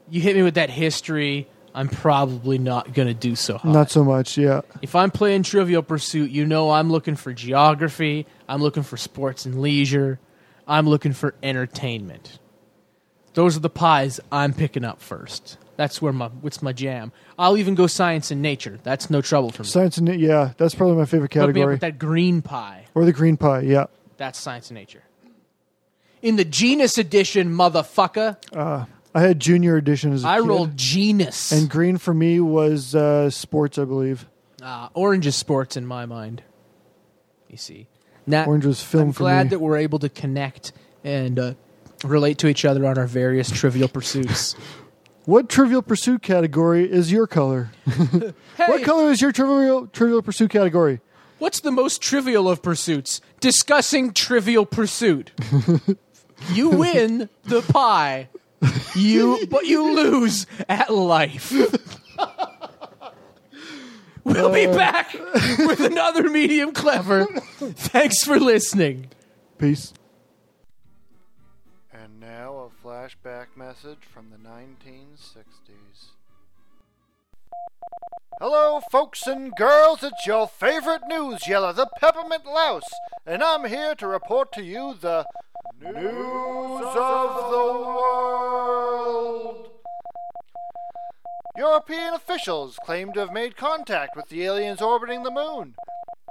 Speaker 1: You hit me with that history, I'm probably not going to do so hot.
Speaker 3: Not so much. Yeah.
Speaker 1: If I'm playing Trivial Pursuit, you know I'm looking for geography, I'm looking for sports and leisure, I'm looking for entertainment. Those are the pies I'm picking up first. That's where my what's my jam. I'll even go science and nature. That's no trouble for me.
Speaker 3: Science and yeah, that's probably my favorite
Speaker 1: Put me up
Speaker 3: category.
Speaker 1: with that green pie.
Speaker 3: Or the green pie, yeah.
Speaker 1: That's science and nature. In the genus edition, motherfucker,
Speaker 3: I had junior edition as a
Speaker 1: I
Speaker 3: kid.
Speaker 1: rolled genus.
Speaker 3: And green for me was uh, sports, I believe.
Speaker 1: Ah, orange is sports in my mind. You see, Nat,
Speaker 3: Orange was film
Speaker 1: I'm
Speaker 3: for
Speaker 1: glad
Speaker 3: me.
Speaker 1: that we're able to connect and uh, relate to each other on our various trivial pursuits.
Speaker 3: What Trivial Pursuit category is your color?
Speaker 1: hey,
Speaker 3: What color is your Trivial Trivial Pursuit category?
Speaker 1: what's the most trivial of pursuits? Discussing trivial pursuit. you win the pie. You but you lose at life. we'll be back with another medium clever. Thanks for listening.
Speaker 3: Peace.
Speaker 4: And now a flashback message from the 1960s. Hello, folks and girls, it's your favorite news yeller, the Peppermint Louse, and I'm here to report to you the news of the world. European officials claim to have made contact with the aliens orbiting the moon.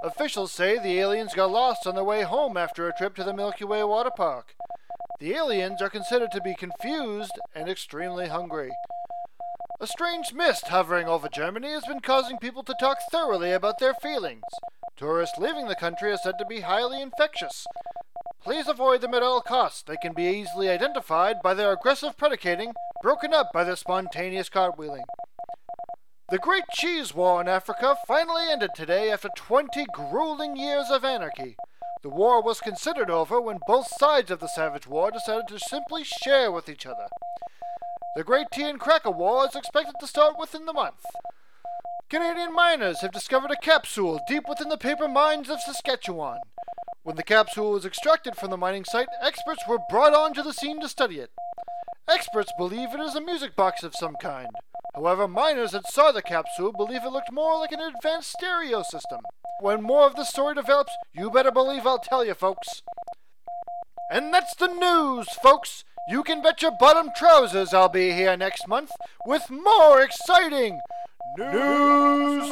Speaker 4: Officials say the aliens got lost on their way home after a trip to the Milky Way water park. The aliens are considered to be confused and extremely hungry. A strange mist hovering over Germany has been causing people to talk thoroughly about their feelings. Tourists leaving the country are said to be highly infectious. Please avoid them at all costs. They can be easily identified by their aggressive predicating, broken up by their spontaneous cartwheeling. The Great Cheese War in Africa finally ended today after 20 grueling years of anarchy. The war was considered over when both sides of the savage war decided to simply share with each other. The Great Tea and Cracker War is expected to start within the month. Canadian miners have discovered a capsule deep within the paper mines of Saskatchewan. When the capsule was extracted from the mining site, experts were brought onto the scene to study it.
Speaker 3: Experts believe it is a music box of some kind. However, miners that saw the capsule believe it looked more like an advanced stereo system. When more of the story develops, you better believe I'll tell you, folks. And that's the news, folks! You can bet your bottom trousers I'll be here next month with more exciting news.